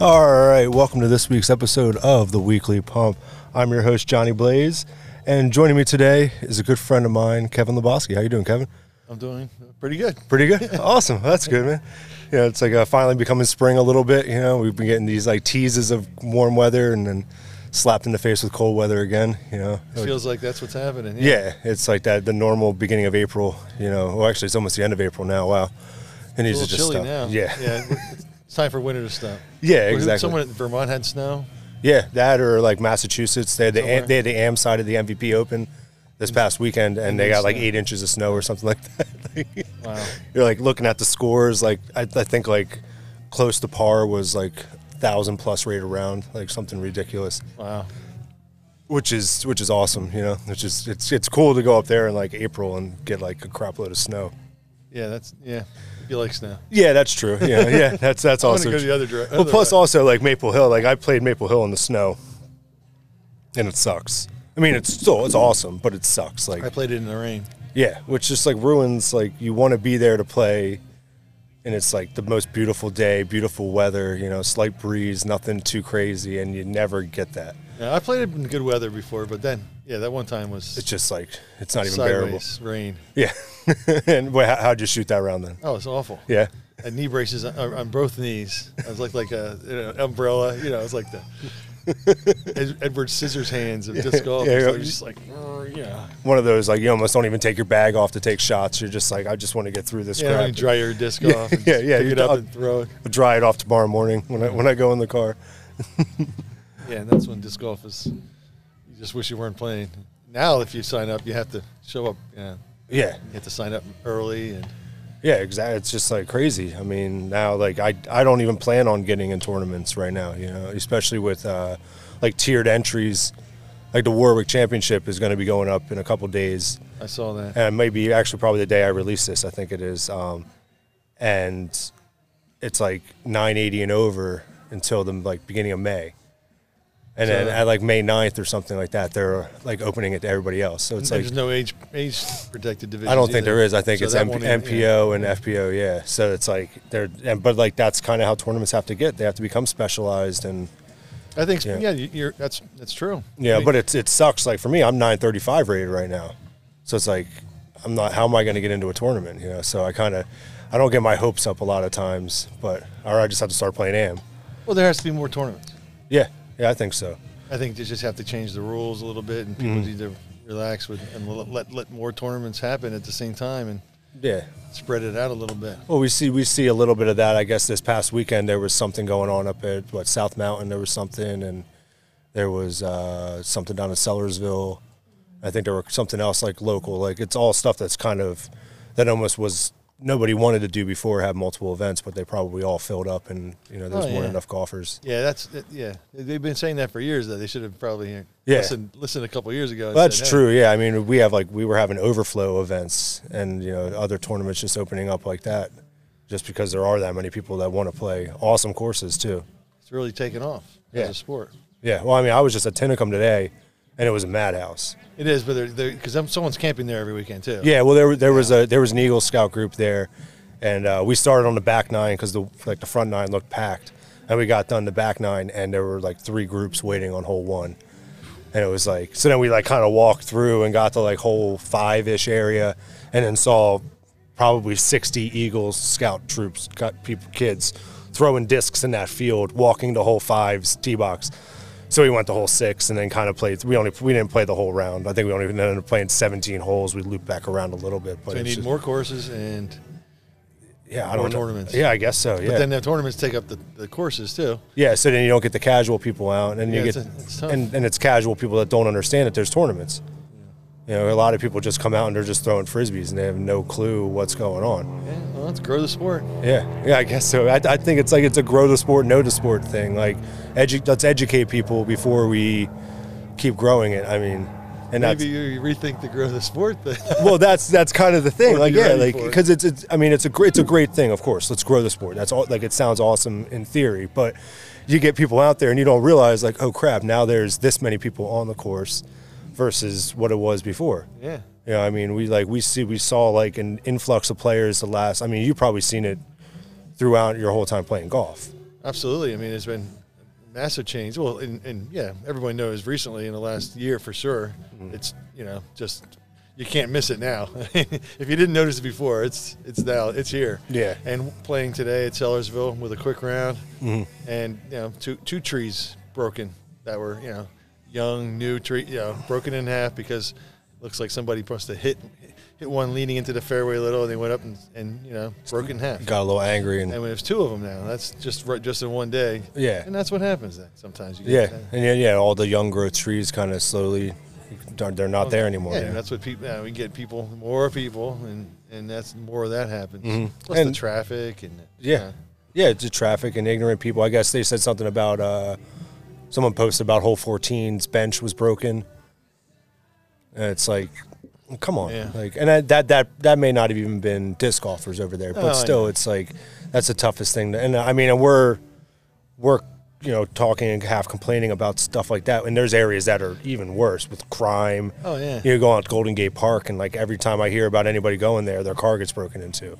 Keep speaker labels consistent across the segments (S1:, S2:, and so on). S1: All right, welcome to this week's episode of the Weekly Pump. I'm your host Johnny Blaze, and joining me today is a good friend of mine, Kevin Lebowski. How you doing, Kevin?
S2: I'm doing pretty good.
S1: Pretty good. awesome. That's good, man. Yeah, it's like uh, finally becoming spring a little bit. You know, we've been getting these like teases of warm weather, and then slapped in the face with cold weather again. You know,
S2: It feels like that's what's happening.
S1: Oh, Yeah, it's like that the normal beginning of April, you know. Well, actually, it's almost the end of April now. Wow, and
S2: It's
S1: these are
S2: a little
S1: just stuff.
S2: chilly now.
S1: Yeah, yeah,
S2: Yeah. it- It's time for winter to stop. Wasn't
S1: exactly.
S2: Someone in Vermont had snow.
S1: yeah, that or like Massachusetts, they had the
S2: Somewhere.
S1: they had the AM side of the MVP Open this past weekend, and they got like eight inches of snow or something like that. Like,
S2: Wow.
S1: You're like looking at the scores, like I, I think like close to par was like thousand plus rate around, like something ridiculous.
S2: Wow.
S1: which is which is awesome, you know. Which is it's it's cool to go up there in like April and get like a crap load of snow.
S2: Yeah, that's, yeah. You like snow.
S1: Yeah, that's true. Yeah, yeah, that's that's
S2: I'm
S1: also.
S2: going to go
S1: true.
S2: the other direction.
S1: well, plus also like Maple Hill, like I played Maple Hill in the snow, and it sucks. I mean, it's still it's awesome, but it sucks. Like
S2: I played it in the rain.
S1: yeah, which just like ruins like you want to be there to play, and it's like the most beautiful day, beautiful weather, you know, slight breeze, nothing too crazy, and you never get that.
S2: Yeah, I played it in good weather before, but then, yeah, that one time was
S1: It's just like it's not even bearable.
S2: sideways rain.
S1: Yeah. and wha- how, how'd you shoot that round then?
S2: Oh, it's awful.
S1: Yeah.
S2: I had knee braces on, on both knees. I was like like a you know, umbrella. You know, I was like the Ed- Edward Scissors hands of disc golf.
S1: yeah,
S2: It's like-
S1: yeah.
S2: just like "Oh, "Grr," you know,
S1: One of those, like, you almost don't even take your bag off to take shots. You're just like, I just want to get through this
S2: you know,
S1: crap.
S2: and dry your disc off. And
S1: yeah,
S2: yeah,
S1: yeah,
S2: yeah. Pick
S1: you
S2: it up
S1: don't-
S2: and throw it.
S1: I'll dry it off tomorrow morning when I, when I go in the car.
S2: Yeah, and that's when disc golf is. You just wish you weren't playing. Now, if you sign up, you have to show up. Yeah,
S1: Yeah.
S2: you have to sign up early, and
S1: Yeah, exactly. It's just like crazy. I mean, now, like, I, I don't even plan on getting in tournaments right now, you know, especially with uh, like tiered entries. Like, the Warwick Championship is going to be going up in a couple days.
S2: I saw that.
S1: and maybe actually probably the day I release this, I think it is. Um, and it's like 980 and over until the like beginning of May. And then
S2: So-
S1: at like May 9th or something like that, they're like opening it to everybody else. So it's like,
S2: There's no age age protected division.
S1: I don't think there is. I think it's M-
S2: MPO.
S1: MPO and FPO. Yeah. So it's like they're, and, but like that's kind of how tournaments have to get. They have to become specialized and
S2: I think
S1: Yeah.
S2: yeah, you- you're, that's that's true.
S1: Yeah,
S2: I mean,
S1: but it's it sucks. Like for me, I'm 935 rated right now, so it's like I'm not. How am I going to get into a tournament? You know, so I kind of I don't get my hopes up a lot of times, but or I just have to start playing AM.
S2: well, there has to be more tournaments.
S1: Yeah, yeah, I think so.
S2: I think they just have to change the rules a little bit, and
S1: Mm-hmm.
S2: people need to relax with and let- let let more tournaments happen at the same time and
S1: Yeah.
S2: spread it out a little bit.
S1: Well, we see we see a little bit of that. I guess this past weekend there was something going on up at what South Mountain. There was something, and there was uh, something down in Sellersville. I think there were something else like local. Like it's all stuff that's kind of that almost was nobody wanted to do before have multiple events, but they probably all filled up, and you know there's
S2: Oh,
S1: more than
S2: yeah.
S1: enough golfers.
S2: Yeah, that's it- yeah. They've been saying that for years. Though they should have probably uh,
S1: Yeah.
S2: listened listened a couple years ago. and
S1: That's
S2: said, "Hey,
S1: true. Yeah, I mean, we have like we were having overflow events, and you know, other tournaments just opening up like that, just because there are that many people that want to play awesome courses too.
S2: It's really taken off
S1: Yeah.
S2: as a sport.
S1: Yeah. Well, I mean, I was just at Tinicum today, and it was a madhouse.
S2: It is, but because they're, because someone's camping there every weekend too.
S1: Yeah. Well, there there was a there was an Eagle Scout group there, and uh, we started on the back nine because the like the front nine looked packed, and we got done the back nine, and there were like three groups waiting on hole one, and it was like so then we like kind of walked through and got to like hole five ish area, and then saw probably sixty Eagle Scout troops got people kids throwing discs in that field, walking to hole fives tee box. So we went the whole six, and then kind of played. We only we didn't play the whole round. I think we only ended up playing 17 holes. We looped back around a little bit, but
S2: So you
S1: it's
S2: need
S1: just-
S2: more courses, and
S1: yeah, I
S2: more
S1: don't know.
S2: tournaments.
S1: Yeah, I guess so. Yeah,
S2: but then the tournaments take up the, the courses too.
S1: yeah. So then you don't get the casual people out, and you
S2: Yeah,
S1: get
S2: it's a- it's tough.
S1: and and it's casual people that don't understand that there's tournaments. You know, a lot of people just come out and they're just throwing frisbees, and they have no clue what's going on.
S2: Yeah, well, let's grow the sport.
S1: Yeah, yeah, I guess so. I, I think it's like it's a grow the sport, know the sport thing. Like, edu- let's educate people before we keep growing it. I mean, and that's
S2: Maybe you rethink the grow the sport thing.
S1: well, that's that's kind of the thing.
S2: Or
S1: Like,
S2: be
S1: yeah,
S2: ready
S1: like
S2: for it.
S1: because it's, it's. I mean, it's a great, it's a great thing. Of course, let's grow the sport. That's all. Like, it sounds awesome in theory, but you get people out there and you don't realize, like, oh crap, now there's this many people on the course versus what it was before.
S2: yeah.
S1: You know, I mean, we like we see we saw like an influx of players the last. I mean, you probably seen it throughout your whole time playing golf.
S2: Absolutely. I mean, it's been massive change. Well, and, and yeah, everyone knows recently in the last year for sure. It's you know just you can't miss it now. if you didn't notice it before, it's it's now it's here.
S1: Yeah.
S2: And playing today at Sellersville with a quick round, and you know two two trees broken that were you know young new tree you know broken in half because looks like somebody must have hit hit one leaning into the fairway a little and they went up and, and you know broken in half.
S1: Got a little angry and
S2: And there's two of them now. That's just right, just in one day.
S1: Yeah.
S2: And that's what happens then. Sometimes you
S1: yeah,
S2: get that.
S1: and yeah, yeah, all the young growth trees kind of slowly, they're they're not there anymore.
S2: Yeah,
S1: yeah.
S2: that's what people. Yeah, we get people, more people, and and that's more of that happens. Plus the
S1: Mm-hmm. And-
S2: traffic and
S1: Yeah. Yeah, it's just traffic and ignorant people. I guess they said something about uh, someone posted about hole 14's bench was broken. And it's like, come on,
S2: Yeah.
S1: like, and I, that that that may not have even been disc golfers over there, but
S2: Oh,
S1: still,
S2: yeah.
S1: it's like that's the toughest thing. To, and I mean, and we're we're you know talking and half complaining about stuff like that, and there's areas that are even worse with crime.
S2: Oh, yeah.
S1: you go out to Golden Gate Park, and like every time I hear about anybody going there, their car gets broken into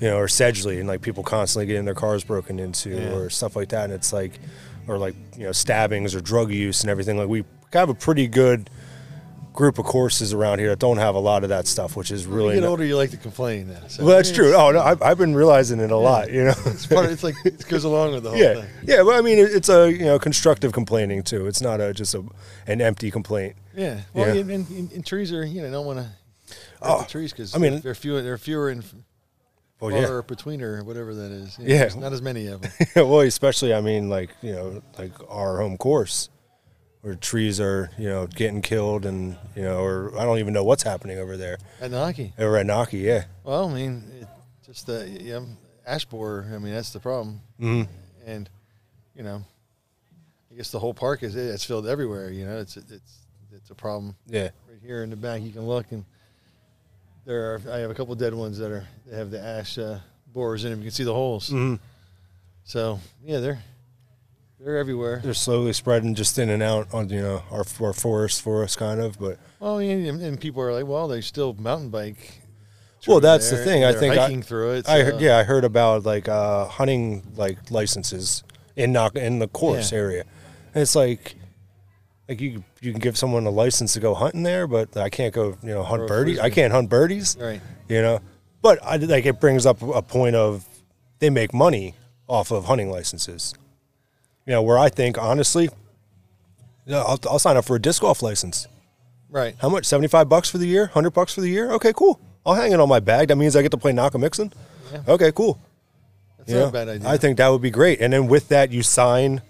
S1: you know, or Sedgley, and like people constantly getting their cars broken into
S2: Yeah.
S1: or stuff like that. And it's like, or like, you know, stabbings or drug use and everything. Like, we have a pretty good group of courses around here that don't have a lot of that stuff, which is
S2: You
S1: really.
S2: get
S1: no-
S2: older, you like to complain. Now, so
S1: uh, well, that's true.
S2: It's,
S1: Oh, no, I've, I've been realizing it a lot, you know?
S2: it's part. Of, it's like it goes along with the whole
S1: yeah.
S2: thing.
S1: Yeah. Well, I mean, it- it's a, you know, constructive complaining too. It's not a just a, an empty complaint.
S2: Yeah. Well,
S1: Yeah.
S2: And, and, and, and trees are you know don't want to.
S1: Oh,
S2: the trees because
S1: I mean-
S2: they're fewer. They're fewer and
S1: Oh,
S2: far
S1: yeah.
S2: between or whatever that is. You
S1: Yeah.
S2: there's Not as many of them.
S1: Yeah, well, especially I mean, like you know, like our home course, where trees are you know getting killed, and you know, or I don't even know what's happening over there.
S2: At Naki.
S1: Over at Naki, yeah,
S2: Well, I mean, it, just the yeah, ash borer. I mean, that's the problem.
S1: Mm-hmm.
S2: And you know, I guess the whole park is it's filled everywhere. You know, it's it's it's a problem
S1: yeah,
S2: right here in the back. You can look and there are. I have a couple dead ones that are they have the ash uh, borers in them. You can see the holes.
S1: Mm-hmm.
S2: So yeah, they're they're everywhere.
S1: they're slowly spreading just in and out on you know our our forest for us kind of, but
S2: Well, and, and people are like, well, they still mountain bike.
S1: Well,
S2: through
S1: that's the
S2: there,
S1: thing.
S2: and
S1: I
S2: they're
S1: think I-
S2: hiking through it.
S1: I
S2: so-
S1: heard, yeah I heard about like uh, hunting like licenses in Nak in the course
S2: Yeah.
S1: area, and it's like. Like you, you can give someone a license to go hunting there, but I can't go, you know,
S2: Throw a
S1: hunt birdies. I
S2: frisbee.
S1: can't hunt birdies.
S2: Right.
S1: you know. But I like it brings up a point of they make money off of hunting licenses. You know, where I think honestly, you know, I'll, I'll sign up for a disc golf license.
S2: Right.
S1: How much? Seventy five bucks for the year? Hundred bucks for the year? Okay, cool. I'll hang it on my bag. That means I get to play knock a mixin.
S2: Yeah.
S1: Okay, cool.
S2: That's
S1: You
S2: not
S1: know,
S2: a bad idea.
S1: I think that would be great. And then with that, you sign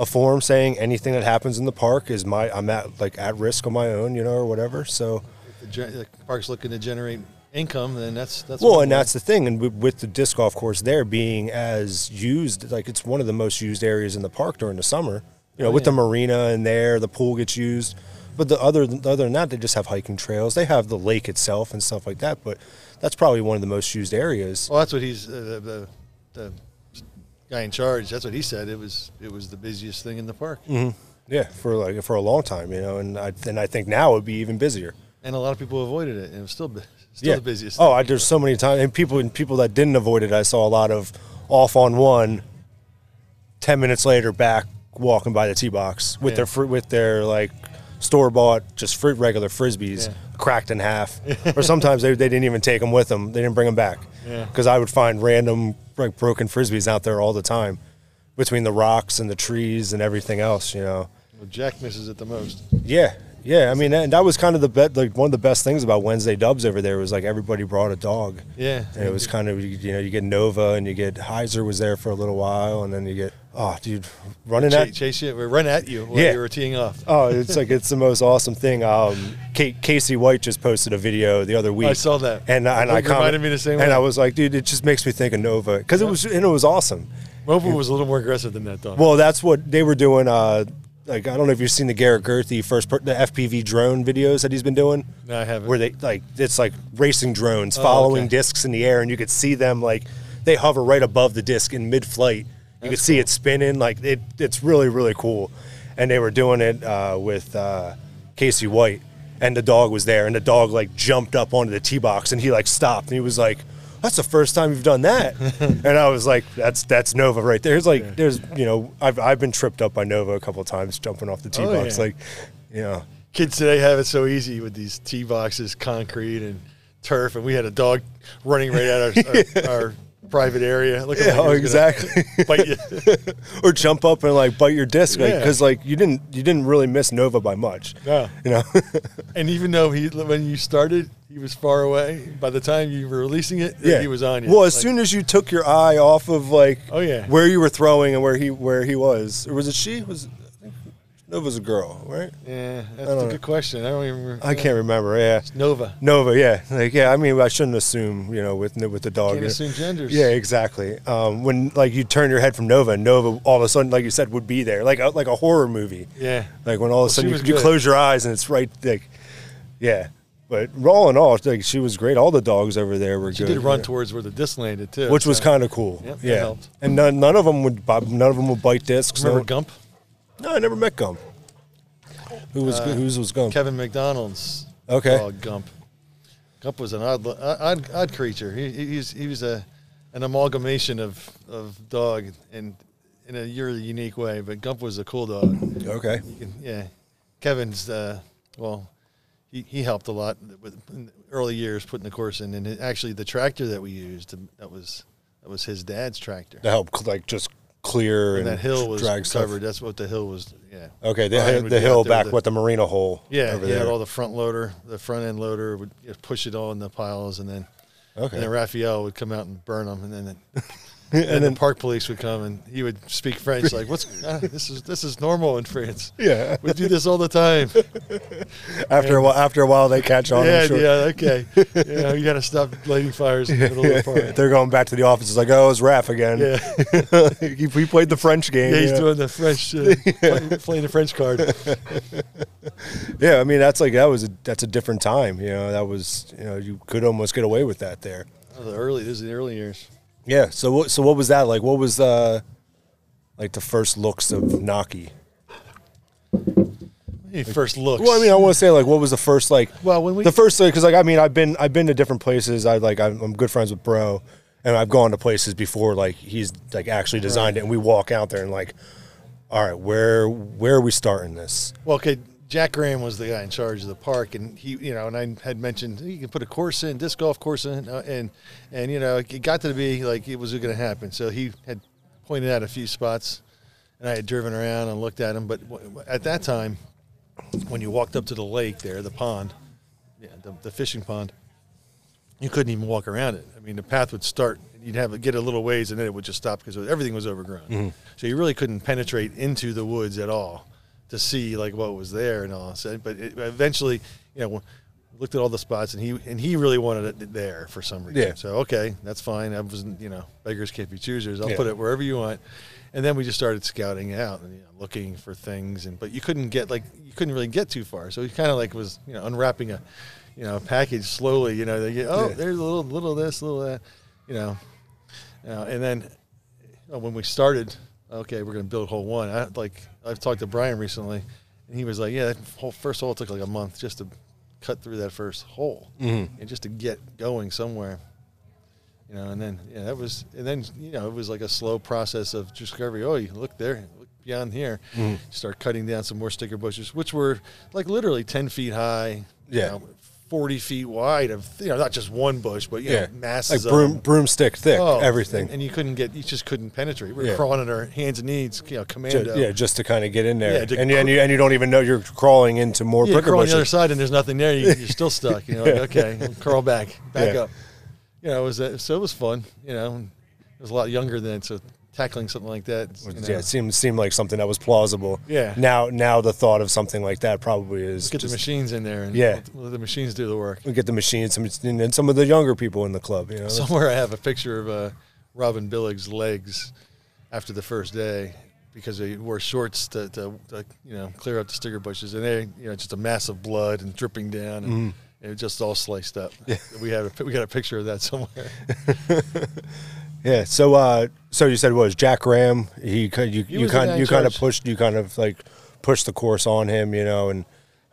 S1: a form saying anything that happens in the park is my I'm at like at risk on my own, you know, or whatever. So
S2: the, gen- the park's looking to generate income, then that's that's
S1: Well,
S2: what
S1: and
S2: we-
S1: that's the thing, and with- with the disc golf course there being as used, like it's one of the most used areas in the park during the summer. You know,
S2: Oh,
S1: with the
S2: yeah.
S1: marina in there, the pool gets used, but the other other than that, they just have hiking trails. They have the lake itself and stuff like that. But that's probably one of the most used areas.
S2: well, that's what he's uh, the, the the guy in charge. That's what he said. It was it was the busiest thing in the park,
S1: Mm-hmm. Yeah, for like for a long time, you know, and I and I think now it would be even busier.
S2: and a lot of people avoided it. And it was still bu- still
S1: yeah.
S2: the busiest.
S1: Oh, I, there's so many times, and people and people that didn't avoid it, I saw a lot of off on one. Ten minutes later, back walking by the tee box with
S2: Yeah.
S1: their fr- with their like store bought just fr- regular frisbees
S2: Yeah.
S1: cracked in half, or sometimes they, they didn't even take them with them. They didn't bring them back
S2: Yeah.
S1: because I would find random like broken frisbees out there all the time between the rocks and the trees and everything else. You know.
S2: Well, Jack misses it the most.
S1: Yeah, yeah. I mean, and that was kind of the bet. Like one of the best things about Wednesday Dubs over there was like everybody brought a dog.
S2: Yeah.
S1: and it was kind of you- you know you get Nova and you get Heiser was there for a little while, and then you get oh dude running
S2: Chase,
S1: that.
S2: chase you, we run at you while
S1: Yeah.
S2: you were teeing off.
S1: Oh, it's like it's the most awesome thing. Um, Kate, Casey White just posted a video the other week.
S2: I saw that.
S1: and and
S2: It
S1: I
S2: reminded
S1: comment-
S2: me the same
S1: And
S2: way.
S1: I was like, dude, it just makes me think of Nova because it was and it was awesome.
S2: Mobile was a little more aggressive than that, though.
S1: Well, that's what they were doing. Uh, like I don't know if you've seen the Garrett Gerthy first per- the FPV drone videos that he's been doing.
S2: No, I haven't. Oh,
S1: Where they like it's like racing drones following
S2: okay.
S1: discs in the air, and you could see them like they hover right above the disc in mid-flight. You could see it spinning. Like it, it's really really cool. And they were doing it uh, with uh, Casey White, and the dog was there, and the dog like jumped up onto the tee box, and he like stopped, and he was like. that's the first time you've done that. and I was like, that's that's Nova right there. It's like there's you know I've I've been tripped up by Nova a couple of times jumping off the tee
S2: Oh,
S1: box
S2: yeah.
S1: like, you know.
S2: Kids today have it so easy with these tee boxes, concrete and turf, and we had a dog running right at our, our, our private area. Look
S1: Yeah, oh, exactly.
S2: Bite you.
S1: or jump up and like bite your disc
S2: Yeah.
S1: because like you didn't you didn't really miss Nova by much.
S2: No.
S1: You know.
S2: And even though he, when you started, he was far away. By the time you were releasing it, he was on you.
S1: Well, as
S2: Like,
S1: soon as you took your eye off of like,
S2: Oh, yeah.
S1: where you were throwing and where he where he was, or was it she? Was I think Nova's a girl, right?
S2: yeah, that's
S1: I
S2: a
S1: don't
S2: good
S1: know.
S2: question. I don't even. Remember.
S1: I can't remember. Yeah,
S2: Nova.
S1: Nova. Yeah, like yeah. I mean, I shouldn't assume, you know, with with the dog.
S2: Can't
S1: you know.
S2: assume genders.
S1: Yeah, exactly. Um, when like you turn your head from Nova, and Nova all of a sudden, like you said, would be there, like a, like a horror movie.
S2: Yeah.
S1: Like when all of a
S2: she
S1: sudden you,
S2: was
S1: you
S2: good.
S1: close your eyes and it's right, like, yeah. But all in all, it's like she was great. All the dogs over there were
S2: She
S1: good.
S2: did run
S1: yeah.
S2: towards where the disc landed too,
S1: which was
S2: so-
S1: kind of cool.
S2: Yep, that
S1: yeah,
S2: helped.
S1: and none, none of them would bu- none of them would bite discs.
S2: Remember
S1: no,
S2: Gump?
S1: no, I never met Gump. Who was who was Gump?
S2: Uh, Kevin McDonald's
S1: Okay.
S2: dog Gump. Gump was an odd, li- odd, odd creature. He, he- he's he was a an amalgamation of of dog and in a really unique way. But Gump was a cool dog.
S1: Okay,
S2: You can, yeah, Kevin's uh, well, he, he helped a lot with in the early years putting the course in, and it- actually the tractor that we used um, that was that was his dad's tractor.
S1: to help like just clear
S2: and
S1: and,
S2: that hill was
S1: drag
S2: covered.
S1: stuff.
S2: That's what the hill was. Yeah.
S1: Okay,
S2: Brian
S1: the,
S2: would
S1: the
S2: be
S1: hill
S2: out there
S1: back
S2: with
S1: with the marina hole.
S2: Yeah,
S1: over
S2: he
S1: there.
S2: had all the front loader, the front end loader would you know, push it all in the piles, and then
S1: okay,
S2: and then Raphael would come out and burn them, and then the,
S1: and,
S2: and then
S1: then
S2: park police would come and he would speak French like, "What's uh, this is this is normal in France?
S1: yeah,
S2: We do this all the time."
S1: after a while, after a while they catch on. I'm
S2: yeah,
S1: sure.
S2: yeah, okay. You know, you got to stop lighting fires in the middle of the park.
S1: They're going back to the office. It's like, oh, it's Raph again.
S2: Yeah.
S1: he, he played the French game.
S2: Yeah, he's
S1: you know?
S2: doing the French, uh, play- playing the French card.
S1: Yeah, I mean that's like that was a, that's a different time. You know, that was you know you could almost get away with that there.
S2: Oh, the early, this is the early years.
S1: Yeah. So what? So what was that like? What was uh, like the first looks of Naki?
S2: Hey, First looks.
S1: Well, I mean, I want to say like, what was the first like?
S2: Well, when we-
S1: the first because like I mean, I've been I've been to different places. I like I'm, I'm good friends with Bro, and I've gone to places before like he's like actually designed it, and we walk out there and like, all right, where where are we starting this?
S2: Well, okay, Jack Graham was the guy in charge of the park, and he, you know, and I had mentioned you can put a course in, disc golf course in, uh, and and you know, it got to be like it was going to happen. So he had pointed out a few spots, and I had driven around and looked at them. But w- w- at that time, when you walked up to the lake there, the pond, yeah, the, the fishing pond, you couldn't even walk around it. I mean, the path would start, and you'd have get a little ways, and then it would just stop because everything was overgrown. So you really couldn't penetrate into the woods at all to see like what was there and all. So, but it, eventually, you know, looked at all the spots, and he and he really wanted it there for some reason.
S1: Yeah.
S2: So okay, that's fine. I was you know beggars can't be choosers. I'll
S1: Yeah.
S2: put it wherever you want. And then we just started scouting out and you know, looking for things, and but you couldn't get like you couldn't really get too far. So he kind of like was you know unwrapping a, you know, package slowly. You know, they get oh
S1: Yeah.
S2: there's a little little this little that, you know, uh, and then uh, when we started, okay, we're gonna build hole one. I like I've talked to Brian recently, and he was like, yeah, that whole first hole took like a month just to cut through that first hole
S1: Mm-hmm.
S2: and just to get going somewhere. You know, and then yeah, that was, and then you know, it was like a slow process of discovery. Oh, you look there, look beyond here,
S1: Mm-hmm.
S2: start cutting down some more sticker bushes, which were like literally ten feet high. you
S1: Yeah.
S2: know, forty feet wide of you know not just one bush, but you
S1: Yeah,
S2: know, masses
S1: like broom
S2: of 'em.
S1: broomstick thick,
S2: Oh,
S1: everything.
S2: and, and you couldn't get, you just couldn't penetrate. We were
S1: Yeah.
S2: crawling on our hands and knees, you know,
S1: Ju-
S2: commando.
S1: yeah, just to kind of get in there,
S2: uh, Yeah, to
S1: and, you- and you and you don't even know you're crawling into more
S2: Yeah, you
S1: pricker
S2: crawl on the other
S1: bushes.
S2: side and there's nothing there. You, you're still stuck. You know, like, okay, well, crawl back, back
S1: Yeah.
S2: up. You know, it was uh, so it was fun. You know, and I was a lot younger then, so tackling something like that. You know,
S1: Yeah, it seemed seemed like something that was plausible.
S2: Yeah.
S1: Now now the thought of something like that probably is
S2: get the
S1: just-
S2: machines in there and
S1: Yeah.
S2: let, let the machines do the work.
S1: we get the machines some, and and some of the younger people in the club. You know,
S2: Somewhere I have a picture of uh, Robin Billig's legs after the first day because he wore shorts to, to, to you know clear up the sticker bushes and they you know just a mass of blood and dripping down
S1: Mm.
S2: and, and it just all sliced up. We have a, we got a picture of that somewhere.
S1: yeah. So, uh, so you said what was Jack Graham? He ki- you you
S2: was the guy
S1: kind
S2: in
S1: you kind of
S2: charge.
S1: pushed you kind of like pushed the course on him, you know, and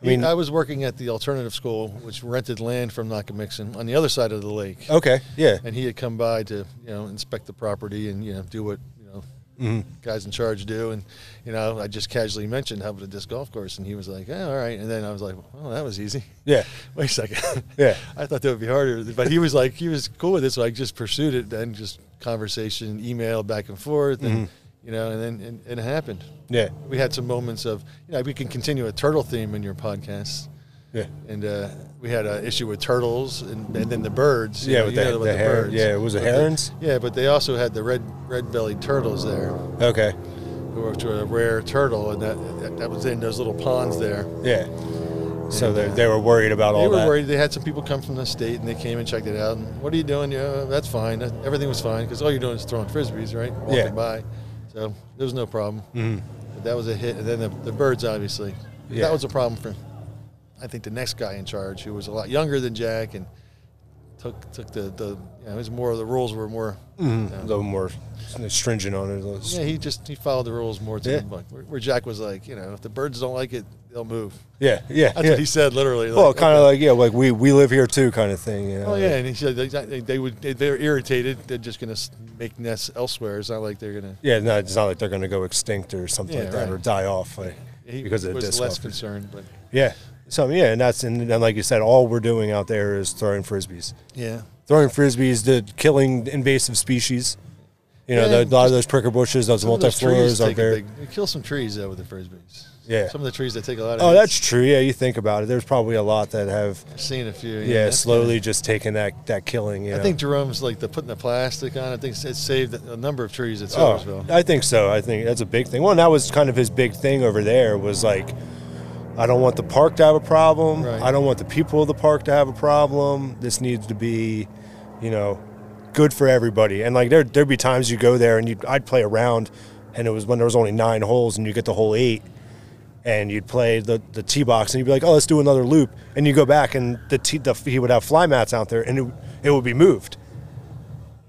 S1: I mean,
S2: I was working at the alternative school, which rented land from Nockamixon on the other side of the lake,
S1: okay, yeah,
S2: and he had come by to you know inspect the property and you know do what you know
S1: Mm-hmm,
S2: guys in charge do, and you know I just casually mentioned how about this golf course, and he was like, yeah, all right, and then I was like, well, that was easy.
S1: yeah,
S2: Wait a second.
S1: Yeah.
S2: I thought that would be harder, but he was like, he was cool with it, so I just pursued it and just conversation, email back and forth, and
S1: Mm-hmm.
S2: you know, and then and, and it happened.
S1: yeah,
S2: We had some moments of, you know, we can continue a turtle theme in your podcast.
S1: yeah.
S2: And uh, we had an issue with turtles and, and then the birds. you
S1: Yeah,
S2: know,
S1: with
S2: you
S1: the-
S2: know about
S1: the heron- yeah, was it
S2: But the-
S1: herons?
S2: yeah, but they also had the red red bellied turtles there,
S1: Okay,
S2: who were to a rare turtle, and that, that that was in those little ponds there.
S1: yeah. So they they were worried about
S2: They
S1: all
S2: were
S1: that.
S2: worried. They had some people come from the state, and they came and checked it out. And what are you doing? Yeah, that's fine. That- Everything was fine because all you're doing is throwing frisbees, right? Walking
S1: Yeah. Mm.
S2: by, so there was no problem.
S1: Mm-hmm.
S2: But that was a hit, and then the, the birds, obviously,
S1: Yeah.
S2: that was a problem for. I think the next guy in charge, who was a lot younger than Jack, and took took the the you know, it was more the rules were more. you know,
S1: A little more stringent on it. those-
S2: Mm-hmm. yeah, he just he followed the rules more to
S1: Yeah.
S2: the book. Where, where Jack was like, you know, if the birds don't like it, they'll move.
S1: Yeah, yeah,
S2: That's
S1: yeah.
S2: what he said, literally.
S1: well,
S2: like,
S1: kind of like yeah, like we we live here too, kind of thing. You know?
S2: Oh yeah, and he said they, they, they would they- they're irritated. They're just gonna s- make nests elsewhere. It's not like they're gonna.
S1: Yeah, no, it's not like they're going to go extinct or something
S2: Yeah,
S1: like that
S2: right.
S1: or die off like,
S2: He
S1: because of the
S2: was less
S1: disc. golf.
S2: concerned, but
S1: Yeah. So yeah, and that's and, and like you said, all we're doing out there is throwing frisbees,
S2: yeah,
S1: throwing frisbees, the killing invasive species. You know,
S2: Yeah,
S1: the-
S2: and
S1: a lot of
S2: just-
S1: those pricker bushes, those
S2: Some of those
S1: multiflores
S2: trees
S1: are
S2: take a
S1: very.
S2: big- you kill some trees though with the frisbees.
S1: Yeah.
S2: some of the trees that take a lot. of
S1: Oh,
S2: hits.
S1: that's true. Yeah, you think about it. There's probably a lot that have
S2: I've seen a few.
S1: yeah,
S2: that's
S1: slowly
S2: kinda-
S1: just taking that that killing. You know?
S2: I think Jerome's like the putting the plastic on. I think it saved a number of trees at
S1: Oh,
S2: Silversville.
S1: I think so. I think that's a big thing. Well, and that was kind of his big thing over there was like, I don't want the park to have a problem.
S2: Right.
S1: I don't want the people of the park to have a problem. This needs to be, you know, good for everybody. And like there, there'd be times you go there and you, I'd play around, and it was when there was only nine holes and you get the whole eight, and you'd play the the tee box and you'd be like, oh, let's do another loop, and you go back and the tee, the he would have fly mats out there and it, it would be moved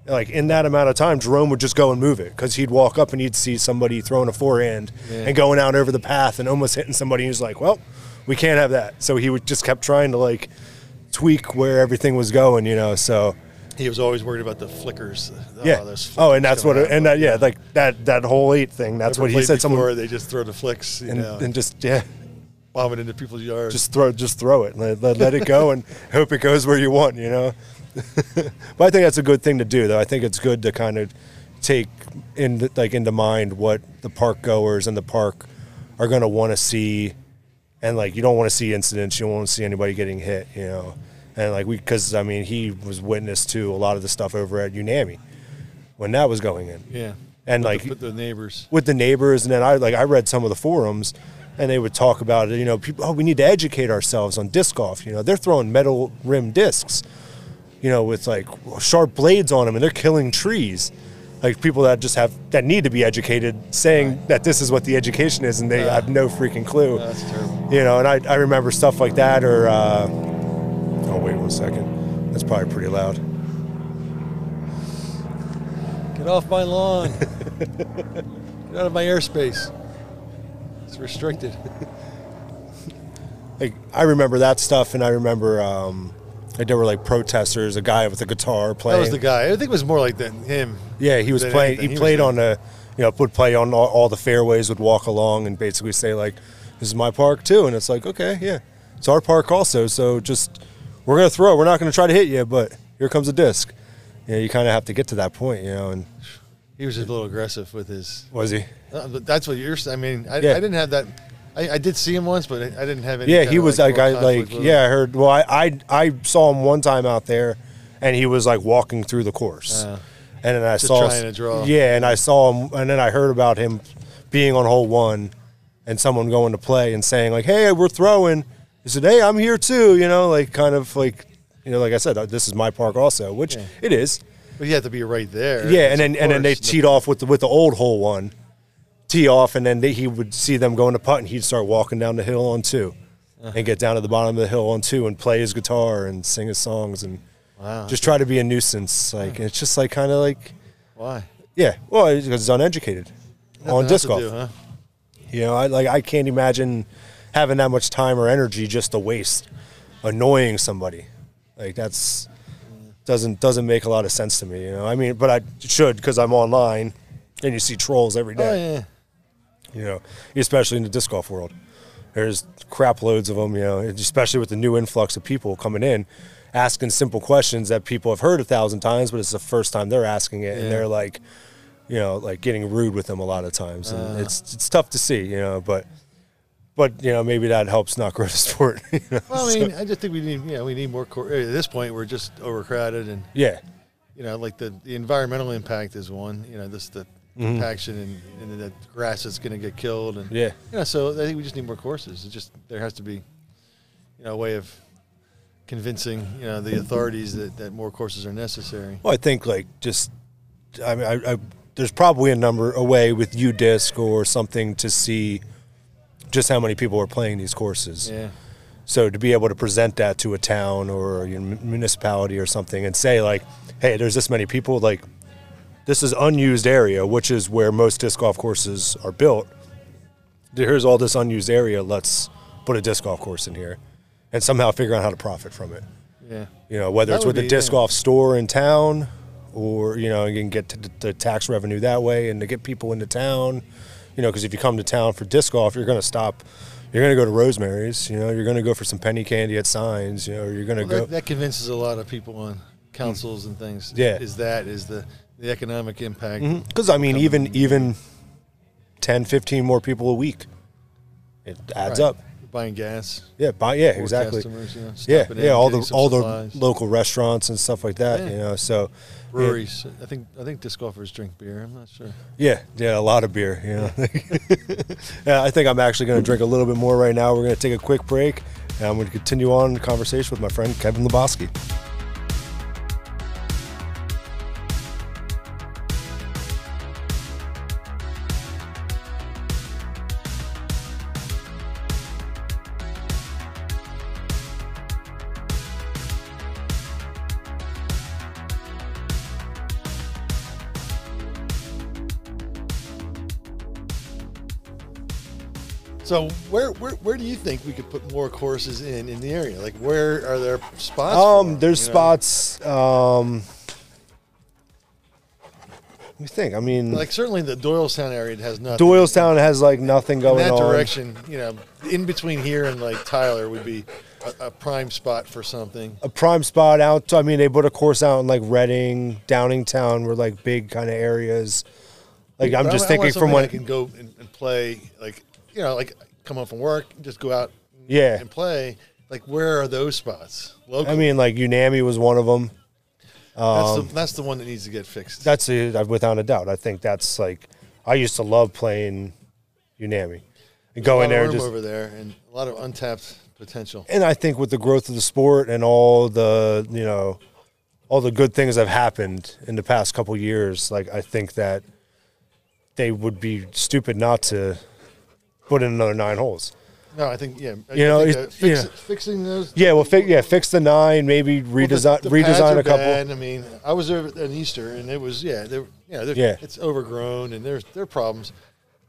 S1: like in that amount of time, Jerome would just go and move it because he'd walk up and he'd see somebody throwing a forehand
S2: Yeah.
S1: and going out over the path and almost hitting somebody. He was like, "Well, we can't have that." So he would just kept trying to like tweak where everything was going, you know. So
S2: He was always worried about the flickers. Oh,
S1: yeah.
S2: those flickers
S1: Oh, and that's what
S2: coming out.
S1: and that yeah, like that that whole eight thing. That's
S2: Ever
S1: what he
S2: played
S1: said.
S2: before,
S1: Someone
S2: they just throw the flicks, you
S1: and,
S2: know,
S1: and just yeah,
S2: bomb it into people's yards.
S1: just throw just throw it. Let, let, let it go and hope it goes where you want, you know. but I think that's a good thing to do though. I think it's good to kind of take in like into mind what the park goers and the park are going to want to see and like you don't want to see incidents, you don't want to see anybody getting hit, you know. And like we cuz I mean, he was witness to a lot of the stuff over at Unami when that was going in.
S2: yeah,
S1: And
S2: With
S1: like
S2: the, with the neighbors.
S1: with the neighbors and then I like I read some of the forums and they would talk about it, you know, people oh we need to educate ourselves on disc golf, you know. They're throwing metal rim discs, you know, with like sharp blades on them and they're killing trees. Like people that just have that need to be educated saying that this is what the education is and they
S2: Yeah.
S1: have no freaking clue.
S2: oh, That's terrible.
S1: You know, and I, I remember stuff like that or uh, oh wait one second. That's probably pretty loud.
S2: Get off my lawn. Get out of my airspace. It's restricted.
S1: like I remember that stuff, and I remember um, like there were like protesters, a guy with a guitar
S2: That
S1: playing.
S2: was the guy. I think it was more like than him.
S1: yeah, he was
S2: than
S1: playing.
S2: anything.
S1: He
S2: was
S1: played
S2: like-
S1: on the, you know, would play on all, all the fairways, would walk along and basically say like, "This is my park too," and it's like, okay, yeah, it's our park also. So just we're gonna throw. We're not gonna try to hit you, but here comes a disc. You know, you kind of have to get to that point, you know. And
S2: He was just a little aggressive with his.
S1: was he?
S2: Uh, but that's what you're. s- I mean, I,
S1: Yeah.
S2: I didn't have that. I, I did see him once, but I, I didn't have any.
S1: Yeah,
S2: kinda,
S1: he was like,
S2: real
S1: I
S2: conflict
S1: like
S2: with him.
S1: yeah, I heard. Well, I, I I saw him one time out there, and he was like walking through the course,
S2: Uh,
S1: and then I
S2: just
S1: saw
S2: trying to draw.
S1: yeah, and I saw him, and then I heard about him being on hole one, and someone going to play and saying like, hey, we're throwing. He said, hey, I'm here too, you know, like kind of like you know, like I said, uh, this is my park also, which
S2: Yeah.
S1: it is.
S2: But you had to be right there.
S1: Yeah, and
S2: It's
S1: then
S2: a
S1: and then they
S2: course,
S1: teed off with the, with the old hole one, tee off, and then they, he would see them going to putt, and he'd start walking down the hill on 2 and get down to the bottom of the hill on two, and play his guitar and sing his songs, and
S2: Wow.
S1: just try to be a nuisance. Like it's just like kind of like
S2: Why?
S1: yeah, well, it's 'cause it's uneducated
S2: Nothing
S1: on
S2: else
S1: disc
S2: to
S1: golf.
S2: do, huh?
S1: You know, I like I can't imagine having that much time or energy just to waste annoying somebody. Like that's doesn't doesn't make a lot of sense to me. You know, I mean, but I should because I'm online, and you see trolls every
S2: Oh
S1: day.
S2: yeah.
S1: You know, especially in the disc golf world, there's crap loads of them. You know, especially with the new influx of people coming in, asking simple questions that people have heard a thousand times, but it's the first time they're asking it,
S2: Yeah.
S1: and they're like, you know, like getting rude with them a lot of times,
S2: Uh.
S1: and it's it's tough to see. You know, but. But you know, maybe that helps not grow the sport. You know?
S2: Well, I
S1: so-
S2: mean, I just think we need, you know, we need more. Cor- at this point, we're just overcrowded, and
S1: yeah,
S2: you know, like the, the environmental impact is one. You know, this the
S1: Mm-hmm.
S2: compaction and, and the grass that's going to get killed, and
S1: yeah.
S2: you know, so I think we just need more courses. It just there has to be, you know, a way of convincing you know the authorities that, that more courses are necessary.
S1: Well, I think like just, I mean, I, I, there's probably a number a way with UDisc or something to see just how many people are playing these courses.
S2: Yeah,
S1: So to be able to present that to a town or a mun- municipality or something and say like, hey, there's this many people like. This is unused area, which is where most disc golf courses are built. Here's all this unused area. Let's put a disc golf course in here, and somehow figure out how to profit from it
S2: yeah,
S1: you know whether
S2: That
S1: it's
S2: would
S1: with a
S2: be-
S1: disc
S2: yeah.
S1: golf store in town or you know you can get t the, the tax revenue that way and to get people into town you know because if you come to town for disc golf you're going to stop you're going to go to rosemary's you know you're going to go for some penny candy at signs you know you're going to go
S2: Well, that, that convinces a lot of people on councils and things.
S1: Yeah. Mm-hmm.
S2: is that is the the economic impact?
S1: because i mean even even 10 15 more people a week it adds
S2: Right.
S1: up
S2: Buying gas.
S1: yeah buy yeah
S2: more
S1: exactly
S2: Customers, you know,
S1: yeah
S2: stopping in,
S1: yeah all
S2: getting
S1: the
S2: some
S1: all the
S2: supplies.
S1: local restaurants and stuff like that
S2: Yeah.
S1: you know so yeah,
S2: breweries. I think I think disc golfers drink beer. I'm not sure.
S1: Yeah, yeah, a lot of beer. Yeah, yeah I think I'm actually going to drink a little bit more right now. We're going to take a quick break, and I'm going to continue on the conversation with my friend Kevin Lebowski.
S2: So where, where where do you think we could put more courses in in the area? Like where are there spots? for
S1: Um,
S2: 'em,
S1: there's
S2: you know?
S1: spots. Um, let me think. I mean,
S2: Like certainly the Doylestown area has nothing.
S1: Doylestown has like nothing
S2: in
S1: going
S2: that
S1: on.
S2: direction, you know, in between here and like Tyler would be a, a prime spot for something.
S1: A prime spot out. I mean, they put a course out in like Reading, Downingtown, were like big kind of areas. Like I'm
S2: But I-
S1: just
S2: I want
S1: thinking from
S2: something
S1: when
S2: I can go and, and play, like you know, like come home from work, just go out,
S1: Yeah.
S2: and play. Like where are those spots? Locally,
S1: I mean, like Unami was one of them.
S2: that's, the, that's the one that needs to get fixed.
S1: that's a, that- without a doubt. I think that's like I used to love playing Unami and go in
S2: lot
S1: there
S2: of
S1: and
S2: room
S1: just.
S2: over there and a lot of untapped potential.
S1: And I think with the growth of the sport and all the you know all the good things that have happened in the past couple years, like I think that they would be stupid not to put in another nine holes.
S2: No, I think yeah. I-
S1: You
S2: I
S1: know, it-
S2: think, uh, fix,
S1: yeah.
S2: fixing those.
S1: Yeah, well, fi- yeah, fix the nine, maybe
S2: well, the-
S1: redesign,
S2: the pads
S1: redesign
S2: are
S1: a couple.
S2: bad. I mean, I was there at Easter, and it was yeah, they were, yeah, they're,
S1: Yeah.
S2: it's overgrown, and there's there are problems.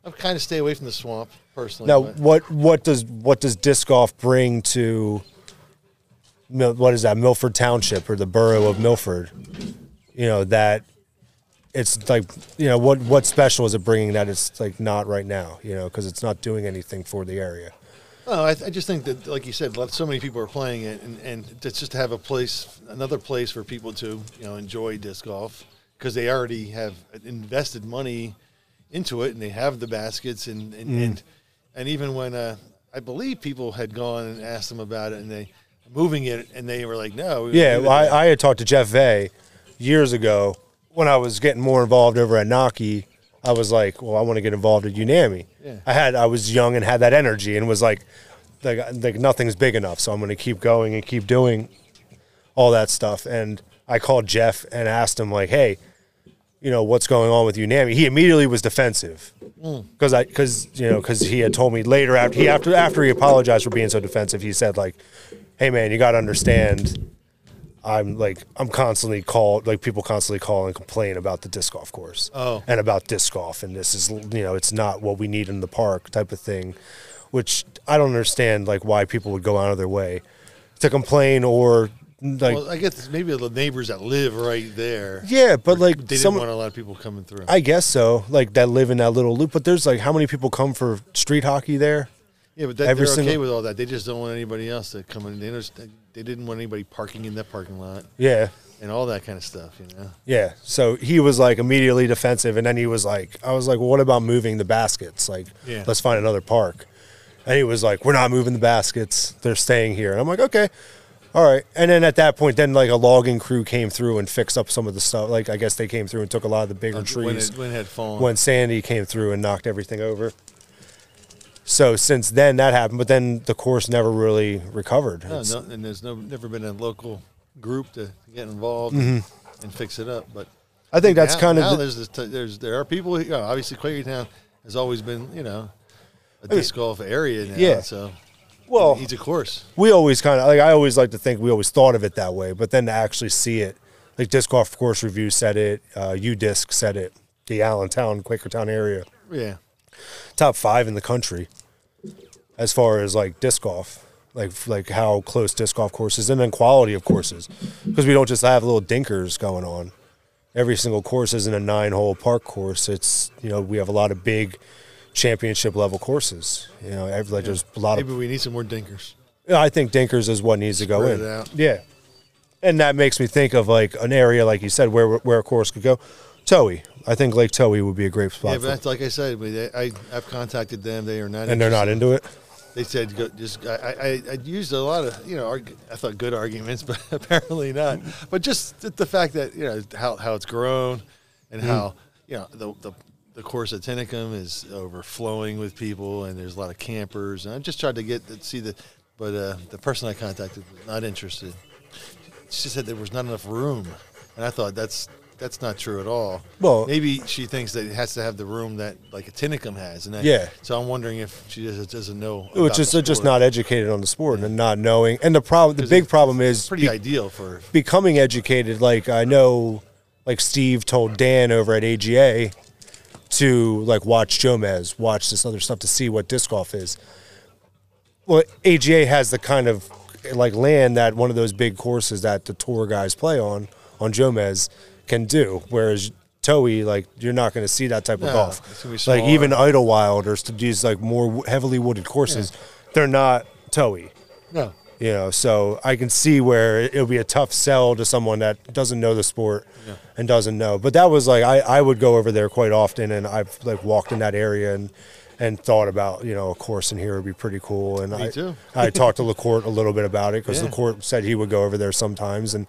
S2: I kind of stay away from the swamp personally.
S1: Now,
S2: but
S1: what what does what does disc golf bring to Mil- what is that Milford Township or the borough of Milford? You know that it's like you know what what special is it bringing that it's like not right now? You know because it's not doing anything for the area.
S2: no, I, I just think that, like you said, lot- so many people are playing it, and and it's just to have a place, another place for people to you know enjoy disc golf because they already have invested money into it, and they have the baskets, and and
S1: Mm.
S2: and, and even when uh, I believe people had gone and asked them about it, and they moving it, and they were like, no, we
S1: Yeah,
S2: don't do
S1: well,
S2: that.
S1: I, I had talked to Jeff Vay years ago when I was getting more involved over at Naki. I was like, well, I want to get involved at Unami.
S2: Yeah.
S1: I had I was young and had that energy and was like, like, like nothing's big enough, so I'm going to keep going and keep doing all that stuff. And I called Jeff and asked him like, hey, you know what's going on with Unami? He immediately was defensive
S2: Mm.
S1: because I because you know because he had told me later after he after after he apologized for being so defensive, he said like, hey man, you got to understand I'm like I'm constantly called like people constantly call and complain about the disc golf course.
S2: Oh.
S1: And about disc golf and this is you know, it's not what we need in the park type of thing. which I don't understand like why people would go out of their way to complain or like
S2: well, I guess maybe the neighbors that live right there.
S1: yeah, but like
S2: They didn't
S1: some
S2: want a lot of people coming through.
S1: I guess so like that live in that little loop. But there's like how many people come for street hockey there?
S2: yeah, but that,
S1: every
S2: they're okay
S1: single-
S2: with all that. They just don't want anybody else to come in. They, understand, they didn't want anybody parking in that parking lot
S1: Yeah,
S2: and all that kind of stuff. You know,
S1: yeah. So he was like immediately defensive, and then he was like, I was like, well, what about moving the baskets? Like,
S2: Yeah.
S1: let's find another park. And he was like, we're not moving the baskets. They're staying here. And I'm like, okay. All right. And then at that point, then like a logging crew came through and fixed up some of the stuff. Like I guess they came through and took a lot of the bigger trees
S2: when it, when it had fallen.
S1: when Sandy came through and knocked everything over. So since then that happened, but then the course never really recovered.
S2: No,
S1: It's-
S2: no, and there's no never been a local group to get involved and fix it up. But
S1: Mm-hmm. I think that's
S2: now-
S1: kind
S2: now
S1: of the-
S2: there's this t- there's there are people. who- You know, obviously, Quakertown has always been you know a disc golf area now.
S1: yeah.
S2: So
S1: well.
S2: needs a course.
S1: we always kind of like I always like to think we always thought of it that way, but then to actually see it, like Disc Golf Course Review said it, uh, UDisc said it, the Allentown, Quakertown area,
S2: Yeah.
S1: top five in the country as far as like disc golf, like like how close disc golf courses and then quality of courses, because we don't just have little dinkers going on. Every single course isn't a nine-hole park course. It's you know we have a lot of big championship level courses. You know, every, like there's a lot of
S2: Maybe we need some more dinkers.
S1: yeah, I think Dinkers is what needs to go
S2: Spread
S1: in.
S2: it out.
S1: Yeah, and that makes me think of like an area, like you said, where where a course could go. Towie, I think Lake Towie would be a great spot,
S2: Yeah, but
S1: for-
S2: that's, like I said, we, I I've contacted them. They are not.
S1: and they're not into it.
S2: interested. They said go, just I, I I used a lot of you know arg- I thought good arguments, but apparently not. But just th- the fact that you know how how it's grown,
S1: Hmm.
S2: and how you know the the. The course at Tennicum is overflowing with people, and there's a lot of campers. And I just tried to get to see the, but uh, the person I contacted was not interested. She said there was not enough room, and I thought that's that's not true at all.
S1: Well-
S2: maybe she thinks that it has to have the room that like a Tennicum has, and that,
S1: Yeah.
S2: So I'm wondering if she just doesn't know. about
S1: Which is
S2: the
S1: they're just
S2: sport.
S1: not educated on the sport and not knowing. And the problem, the big problem is
S2: pretty
S1: be-
S2: ideal for.
S1: becoming educated. Like I know, like Steve told Dan over at AGA to like watch Jomez, watch this other stuff to see what disc golf is. Well, AGA has the kind of like land that one of those big courses that the tour guys play on on Jomez can do, whereas. Toei, like you're not going to see that type of
S2: No, it's gonna be
S1: golf. Like
S2: smaller.
S1: even Idlewild or st- these like more w- heavily wooded courses, they're not Toei
S2: No,
S1: you know so i can see where it- it'll be a tough sell to someone that doesn't know the sport and doesn't know but that was like I, I would go over there quite often and i've like walked in that area and and thought about you know a course in here would be pretty cool and i
S2: too.
S1: i talked to lacourt a little bit about it because
S2: Yeah.
S1: lacourt said he would go over there sometimes and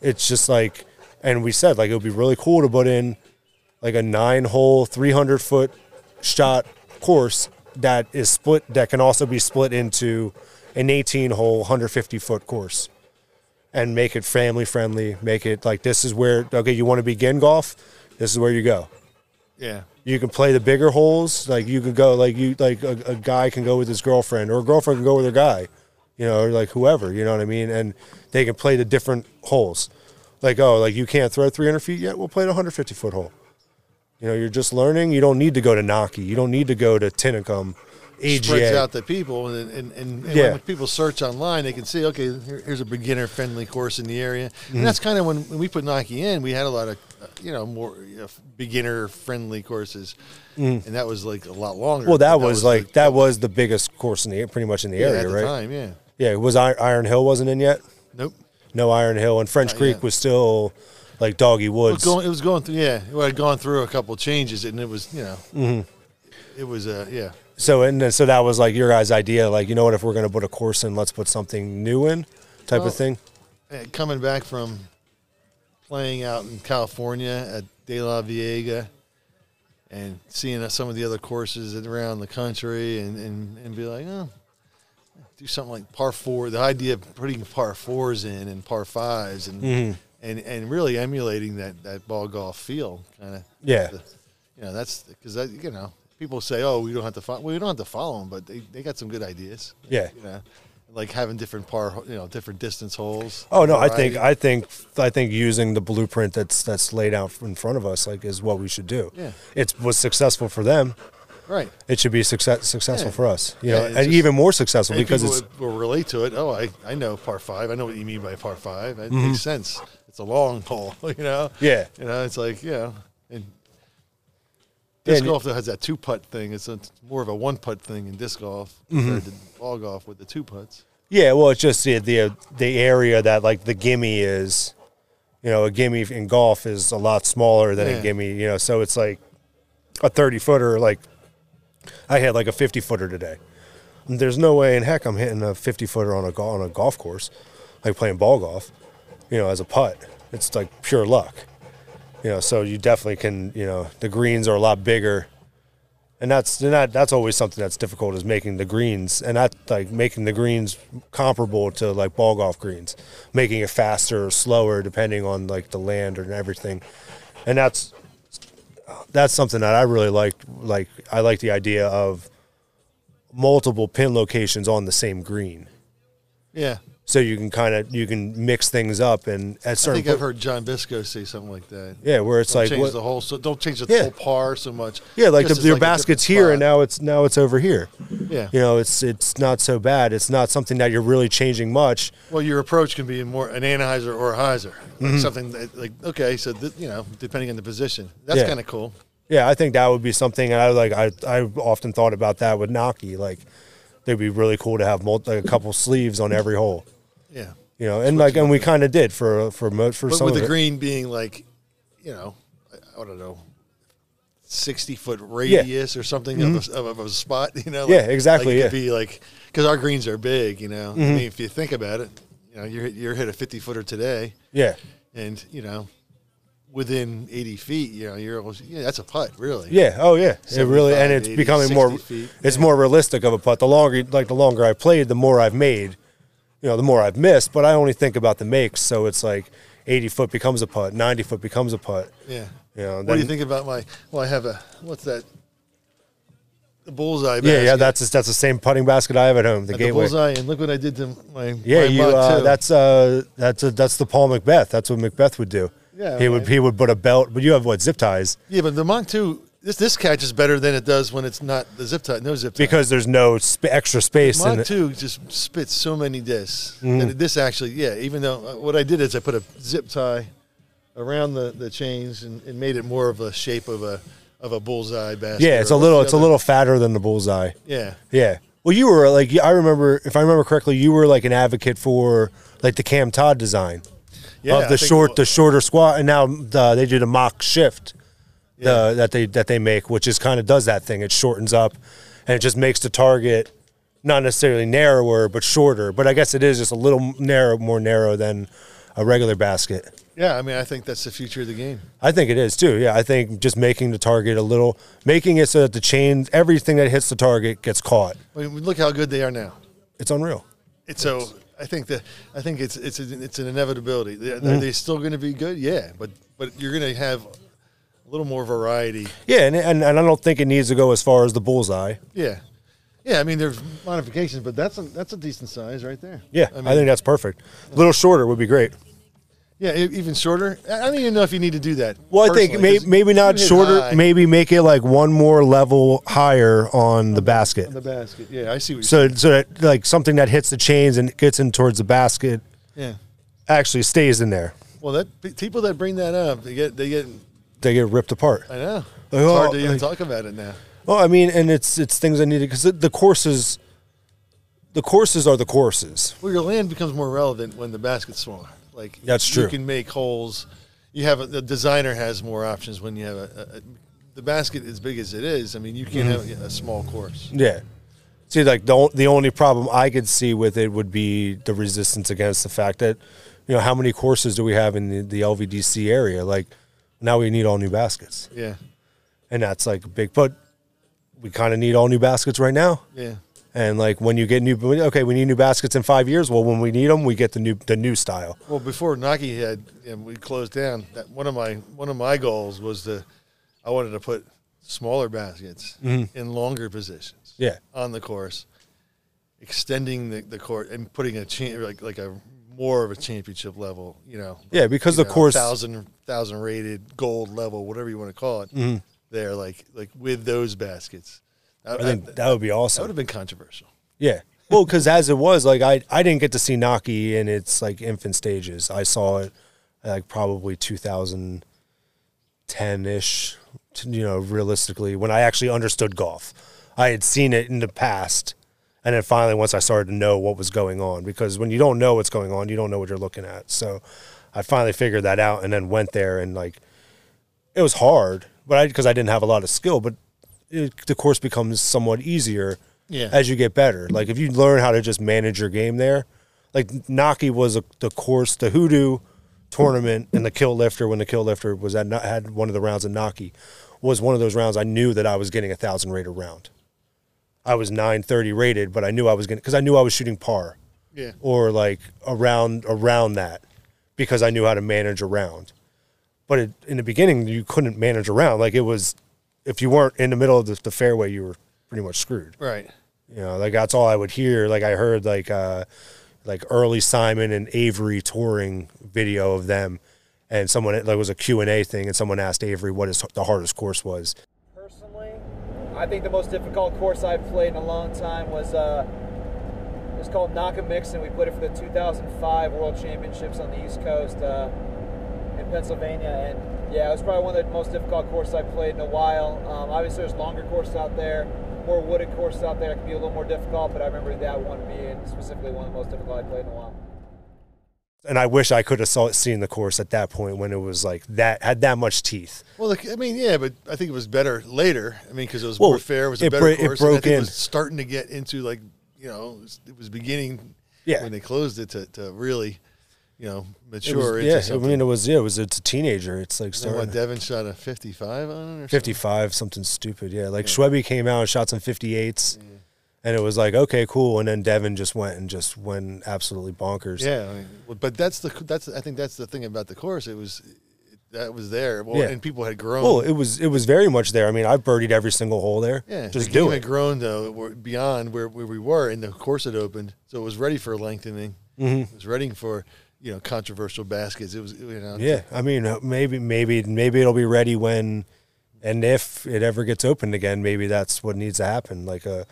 S1: it's just like and we said like it would be really cool to put in like a nine hole 300 foot shot course that is split that can also be split into an 18 hole 150 foot course and make it family friendly make it like this is where okay you want to begin golf this is where you go
S2: yeah,
S1: you can play the bigger holes like you could go like you like a, a guy can go with his girlfriend or a girlfriend can go with her guy you know or like whoever you know what i mean and they can play the different holes like oh like you can't throw 300 feet yet we'll play the 150 foot hole you know you're just learning you don't need to go to naki you don't need to go to Tinicum,
S2: spreads
S1: aga
S2: out the people, and and, and, and
S1: Yeah.
S2: when people search online, they can see okay, here, here's a beginner friendly course in the area,
S1: Mm-hmm.
S2: and that's kind of when, when we put Nike in, we had a lot of uh, you know more you know, beginner friendly courses, and that was like a lot longer.
S1: Mm. well that
S2: But
S1: was like that was the biggest course in the pretty much in the
S2: yeah,
S1: area
S2: at the
S1: right
S2: time, yeah.
S1: yeah it was I- iron hill wasn't in yet
S2: Nope.
S1: no iron hill and french
S2: Not
S1: creek
S2: yet.
S1: was still like doggy
S2: It was
S1: woods
S2: going, it was going through, yeah. It had gone through a couple changes, and it was, you know,
S1: Mm-hmm.
S2: it was, uh, yeah.
S1: So and then, so that was like your guys' idea, like you know what, if we're gonna put a course in, let's put something new in, type
S2: Well-
S1: of thing.
S2: Uh, Coming back from playing out in California at De La Viega and seeing some of the other courses around the country and, and, and be like, oh, do something like par four. The idea of putting par fours in and par fives and
S1: Mm-hmm.
S2: and, and really emulating that, that ball golf feel kind of.
S1: Yeah.
S2: you know, that's because that, you know, people say, oh, we don't have to follow, well, we don't have to follow them, but they, they got some good ideas.
S1: Yeah.
S2: You know, like having different par, you know, different distance holes.
S1: Oh no, I think
S2: variety.
S1: I think I think using the blueprint that's that's laid out in front of us like is what we should do.
S2: Yeah.
S1: It was successful for them.
S2: Right.
S1: it should be success, successful
S2: Yeah.
S1: for us, you
S2: Yeah,
S1: know,
S2: it's
S1: and
S2: just-
S1: even more successful
S2: And
S1: because
S2: people
S1: it's
S2: would- will relate to it. Oh, I, I know par five. I know what you mean by par five. It makes sense. It's a long hole, you know.
S1: Mm-hmm. Yeah.
S2: You know, it's like you know, and
S1: Yeah,
S2: disc
S1: and you-
S2: golf that has that two putt thing. It's, a, it's more of a one putt thing in disc golf compared
S1: Mm-hmm.
S2: to ball golf with the two putts.
S1: yeah. Well, it's just the the the area that like the gimme is, you know, a gimme in golf is a lot smaller than
S2: Yeah.
S1: a gimme, you know. So it's like a thirty footer. Like I had like a fifty footer today. There's no way in heck I'm hitting a fifty footer on a gol on a golf course, like playing ball golf, you know, as a putt. It's like pure luck, you know. So you definitely can, you know, the greens are a lot bigger. and that's and that, that's always something that's difficult is making the greens and that like making the greens comparable to like ball golf greens making it faster or slower depending on like the land and everything and that's that's something that i really like like i like the idea of multiple pin locations on the same green
S2: Yeah.
S1: so you can kind of you can mix things up and at
S2: I
S1: certain
S2: think I've
S1: po-
S2: heard John Bisco say something like that.
S1: yeah where it's
S2: Don't
S1: like
S2: change
S1: what,
S2: the whole. So don't change the
S1: Yeah.
S2: whole par so much.
S1: yeah like the,
S2: Just as
S1: your
S2: a different
S1: basket's here and
S2: spot.
S1: now it's now it's over here
S2: Yeah.
S1: you know it's it's not so bad it's not something that you're really changing much
S2: Well, your approach can be more an Anheuser or a Heiser, like
S1: Mm-hmm.
S2: something that, like okay, so th- you know, depending on the position, that's
S1: Yeah.
S2: kind of cool.
S1: yeah i think that would be something and i like i i often thought about that with naki like they'd be really cool to have multi, like a couple sleeves on every hole
S2: Yeah,
S1: you know and like and we kind of did for for mo- for
S2: but
S1: some
S2: with
S1: of
S2: the
S1: it.
S2: green being like, you know, I, I don't know, sixty foot radius or something of, a, of a spot. You know, like,
S1: Mm-hmm. Yeah, exactly,
S2: Like it
S1: yeah. Mm-hmm.
S2: could be like because our greens are big. You know, I mean, if you think about it, you know, you're hit- you're hit a fifty footer today,
S1: yeah
S2: and you know, within eighty feet, you know, you're almost yeah, that's a putt, really.
S1: yeah oh yeah it really
S2: 75,
S1: and it's
S2: 80,
S1: becoming
S2: 60
S1: more
S2: feet.
S1: it's more realistic of a putt the longer like the longer i played the more i've made you know the more i've missed but i only think about the makes so it's like 80 foot becomes a putt 90 foot becomes a putt
S2: Yeah.
S1: you know
S2: what do
S1: then-
S2: you think about my? Well, I have a what's that? The bullseye.
S1: Yeah, yeah,
S2: basket.
S1: that's that's the same putting basket I have at home. The
S2: At the
S1: gateway.
S2: bullseye, and look what I did to my.
S1: yeah,
S2: my
S1: you.
S2: mug,
S1: Uh,
S2: too.
S1: that's uh, that's a, that's the Paul Macbeth. That's what Macbeth would do.
S2: Yeah,
S1: he would
S2: right.
S1: he would put a belt, but you have what zip ties
S2: yeah, but the Mach two. This this catch is better than it does when it's not the zip tie. No zip tie.
S1: because there's no sp- extra space in Mm.
S2: Mach
S1: it.
S2: two just spits so many discs. And this actually, yeah. Even though uh, what I did is I put a zip tie around the, the chains and, and made it more of a shape of a of a bullseye basket.
S1: Yeah, it's
S2: or
S1: a little
S2: what's
S1: it's
S2: the
S1: a
S2: other-
S1: little fatter than the bullseye.
S2: Yeah.
S1: Yeah. Well, you were like I remember if I remember correctly, you were like an advocate for like the Cam Todd design
S2: Yeah, I
S1: of the
S2: think-
S1: short the shorter squat, and now the, they do the mock shift.
S2: Yeah.
S1: the, that they that they make, which is kind of does that thing. It shortens up, and it just makes the target not necessarily narrower, but shorter. But I guess it is just a little narrow, more narrow than a regular basket.
S2: Yeah, I mean, I think that's the future of the game.
S1: I think it is too. Yeah, I think just making the target a little, making it so that the chain, everything that hits the target gets caught.
S2: I mean, look how good they are now.
S1: It's unreal.
S2: It's so I think that I think it's it's an, it's an inevitability. They- Are
S1: Mm-hmm.
S2: they still going to be good? Yeah, but but you're going to have a little more variety.
S1: Yeah, and, and and I don't think it needs to go as far as the bullseye.
S2: Yeah, yeah. I mean, there's modifications, but that's a that's a decent size right there.
S1: Yeah, I,
S2: I mean,
S1: think that's perfect. A little shorter would be great.
S2: yeah, e- even shorter. I I don't even know if you need to do that.
S1: Well, I think
S2: personally,
S1: may,
S2: 'cause
S1: maybe
S2: you
S1: not
S2: hit
S1: shorter.
S2: high
S1: Maybe make it like one more level higher on the basket.
S2: on the basket. Yeah, I see what you're
S1: so so that like something that hits the chains and gets in towards the basket
S2: saying. Yeah.
S1: actually stays in there.
S2: Well, that pe- people that bring that up, they get they get.
S1: They get ripped apart.
S2: I know. It's
S1: Like, oh,
S2: hard to even
S1: like-
S2: talk about it now.
S1: Well, I mean, and it's it's things I needed because the, the courses, the courses are the courses.
S2: Well, your land becomes more relevant when the basket's smaller. Like
S1: That's
S2: You
S1: true.
S2: can make holes. You have a, the designer has more options when you have a, a, a the basket as big as it is. I mean, you can't
S1: Mm-hmm.
S2: have a small course.
S1: Yeah. See, like the on- the only problem I could see with it would be the resistance against the fact that, you know, how many courses do we have in the, the LVDC area? Like, now we need all new baskets,
S2: Yeah,
S1: and that's like a big. But we kind of need all new baskets right now.
S2: yeah,
S1: And like when you get new, okay, we need new baskets in five years. Well, when we need them, we get the new the new style.
S2: Well, before Nike had and we closed down, that one of my one of my goals was to I wanted to put smaller baskets in longer positions.
S1: Mm-hmm. Yeah.
S2: on the course, extending the, the court and putting a cha- like like a more of a championship level. You know,
S1: Yeah, because
S2: you
S1: the
S2: know,
S1: course-
S2: thousand
S1: Mm-hmm.
S2: thousand rated gold level, whatever you want to call it. There, like like with those baskets, I,
S1: I think that would be
S2: that would
S1: awesome.
S2: have been controversial.
S1: Yeah. Well, because as it was, like I, I didn't get to see Naki in its like infant stages. I saw it like probably 2010 ish. You know, realistically, when I actually understood golf, I had seen it in the past, and then finally, once I started to know what was going on, because when you don't know what's going on, you don't know what you're looking at. So, I finally figured that out, and then went there and like it was hard, but I because I didn't have a lot of skill, but it, the course becomes somewhat easier
S2: Yeah.
S1: as you get better. Like if you learn how to just manage your game there, like Naki was a, the course, the Hoodoo tournament, and the Kill Lifter when the Kill Lifter was at Na- had one of the rounds in Naki was one of those rounds I knew that I was getting a thousand rated round. I was nine thirty rated, but I knew I was getting because I knew I was shooting par
S2: Yeah.
S1: or like around around that because I knew how to manage around. But it, in the beginning, you couldn't manage around. Like it was, if you weren't in the middle of the, the fairway, you were pretty much screwed.
S2: Right.
S1: You know, like that's all I would hear. Like I heard like uh like early Simon and Avery touring video of them, and someone like it was a Q and A thing, and someone asked Avery what his the hardest course was,
S3: Personally, I think the most difficult course I've played in a long time was uh, it was called Nakamix, and we played it for the 2005 World Championships on the East Coast uh, in Pennsylvania. And yeah, it was probably one of the most difficult courses I've played in a while. Um, obviously, there's longer courses out there, more wooded courses out there that can be a little more difficult, but I remember that one being specifically one of the most difficult I played in a while.
S1: and I wish I could have saw seen the course at that point when it was like that had that much teeth.
S2: Well, like, I mean, yeah, but I think it was better later. I mean, because it was
S1: Well,
S2: more fair. It was a
S1: it
S2: better
S1: bro- it
S2: course. and I
S1: broke
S2: think
S1: in.
S2: It was starting to get into like you know, it was, it was beginning.
S1: Yeah.
S2: When they closed it to, to really, you know,
S1: It was-
S2: mature into
S1: yeah,
S2: something.
S1: I mean, it was yeah, it was it's a teenager. It's like
S2: And what
S1: starting
S2: Devin shot a fifty-five on it or something?
S1: fifty-five, something stupid. Yeah, like Schwebe came out and shot some fifty-eights, and it was like okay, cool. And then Devin just went and just went absolutely bonkers.
S2: Yeah, I mean, well, but that's the that's I think that's the thing about the course. It was that was there. Well,
S1: Yeah.
S2: and people had grown.
S1: Well, it was it was very much there. I mean, I birdied every single hole there.
S2: yeah,
S1: just
S2: the game
S1: do
S2: had
S1: it.
S2: grown though were- beyond where, where we were, and the course had opened, so it was ready for lengthening.
S1: Mm-hmm.
S2: It was ready for you know controversial baskets. It was you know
S1: Yeah, I mean, uh, maybe maybe maybe it'll be ready when and if it ever gets opened again. Maybe that's what needs to happen, like a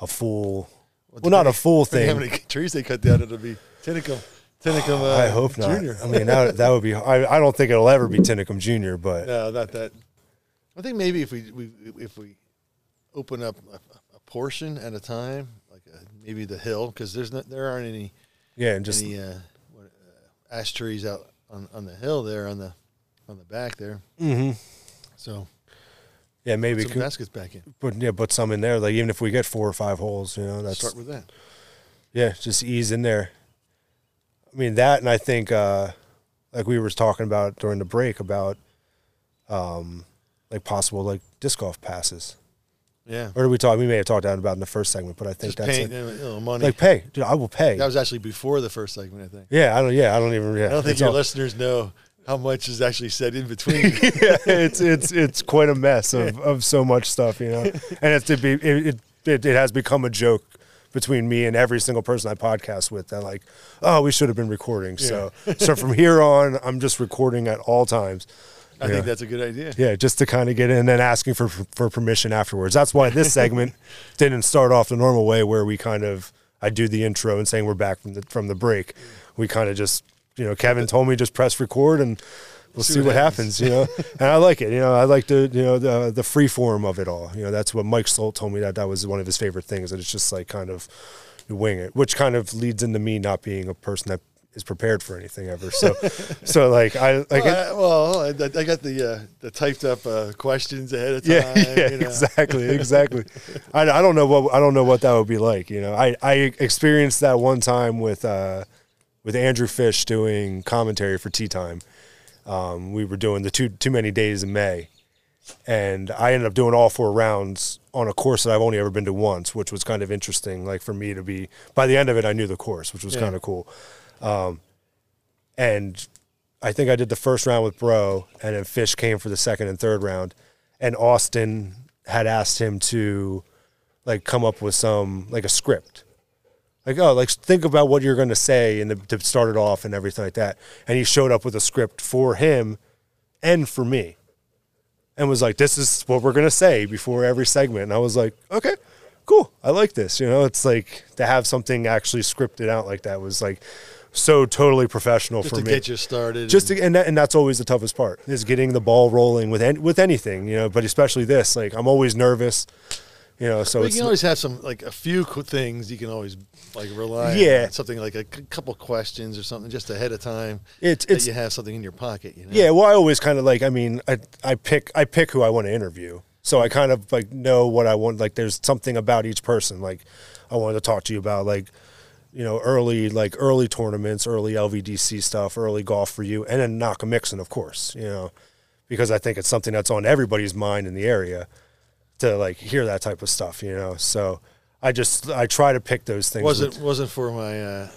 S1: a full. Well, not a full
S2: depending
S1: thing.
S2: How many trees they cut down? It'll be Tinicum. Tinicum. Uh,
S1: I hope not.
S2: Junior.
S1: I mean, that, that would be. I, I don't think it'll ever be Tinicum Junior, but
S2: No, not that. I think maybe if we, we if we open up a, a portion at a time, like uh maybe the hill, because there's not there aren't any
S1: yeah, and just
S2: any uh, what, uh, ash trees out on, on the hill there on the on the back there.
S1: Mhm.
S2: So
S1: yeah, maybe
S2: some
S1: could,
S2: baskets back in.
S1: put yeah, put some in there. Like even if we get four or five holes, you know, that's
S2: Start with that.
S1: yeah, just ease in there. I mean that, and I think uh, like we were talking about during the break about um, like possible like disc golf passes.
S2: Yeah,
S1: Or did we talk? We may have talked about it in the first segment, but I think
S2: just
S1: that's
S2: paying
S1: it.
S2: them a little money.
S1: Like pay, dude. I will pay.
S2: that was actually before the first segment, I think.
S1: yeah, I don't. Yeah, I don't even. Yeah,
S2: I don't think
S1: it's
S2: your
S1: all-
S2: listeners know how much is actually said in between.
S1: yeah, it's it's it's quite a mess of, of so much stuff, you know. And it's to be it, it it it has become a joke between me and every single person I podcast with. That like, oh, we should have been recording. So so from here on, I'm just recording at all times.
S2: I
S1: yeah.
S2: think that's a good idea.
S1: yeah, just to kind of get in and then asking for for permission afterwards. That's why this segment didn't start off the normal way where we kind of I do the intro and saying we're back from the from the break. We kind of just you know Kevin told me just press record and we'll see, what happens. You know, and I like it. You know, I like the you know the the free form of it all. You know, that's what Mike Stolt told me that that was one of his favorite things. That it's just like kind of you wing it, which kind of leads into me not being a person that is prepared for anything ever. So, so like I like it-
S2: Well, I, well, I, I got the uh, the typed up uh, questions ahead of time.
S1: yeah, yeah
S2: you know.
S1: exactly, exactly. I, I don't know what I don't know what that would be like. You know, I, I experienced that one time with uh, with Andrew Fish doing commentary for Tea Time. Um, we were doing the too too many days in May, and I ended up doing all four rounds on a course that I've only ever been to once, which was kind of interesting. Like for me to be by the end of it, I knew the course, which was
S2: Yeah.
S1: kind of cool. Um, and I think I did the first round with Bro, and then Fish came for the second and third round, and Austin had asked him to like come up with some like a script. Like oh, like think about what you're going to say and the, to start it off and everything like that. And he showed up with a script for him and for me. and was like, "This is what we're gonna say before every segment." And I was like, "Okay, cool. I like this." You know, it's like to have something actually scripted out like that was like so totally professional
S2: just
S1: for
S2: to
S1: me.
S2: get you started.
S1: just
S2: and
S1: to, and that, and that's always the toughest part is getting the ball rolling with any, with anything, you know. But especially this, like I'm always nervous, you know. So
S2: But you
S1: it's
S2: can always have some like a few co- things you can always like rely.
S1: Yeah.
S2: on. something like a c- couple questions or something just ahead of time.
S1: It's-
S2: that
S1: it's-
S2: you have something in your pocket. You know?
S1: Yeah, well, I always kind of like. I mean, I I pick I pick who I want to interview, so I kind of like know what I want. Like, there's something about each person. Like, I wanted to talk to you about like, you know, early like early tournaments, early LVDC stuff, early golf for you, and then Naka Mixon, of course. You know, because I think it's something that's on everybody's mind in the area to like hear that type of stuff. You know, so I just I try to pick those things.
S2: wasn't
S1: with-
S2: wasn't for my uh,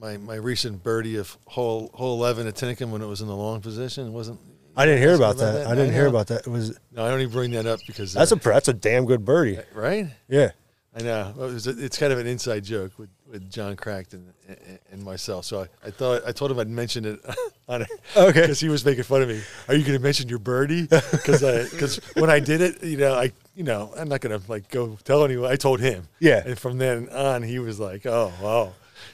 S2: my my recent birdie of hole hole eleven at Tinicum when it was in the long position. It wasn't.
S1: I didn't hear about
S2: about
S1: that.
S2: that?
S1: I didn't
S2: I
S1: hear
S2: know.
S1: about that. It was
S2: No, I don't even bring that up because
S1: that's
S2: uh,
S1: a that's a damn good birdie.
S2: right.
S1: Yeah.
S2: I know Well, it was a- it's kind of an inside joke with, with John Crackton and, and myself. So I, I thought I told him I'd mention it on
S1: Okay.
S2: because he was making fun of me. Are you going to mention your birdie? Because because when I did it, you know, I you know I'm not going to like go tell anyone. I told him.
S1: Yeah.
S2: And from then on, he was like, oh wow.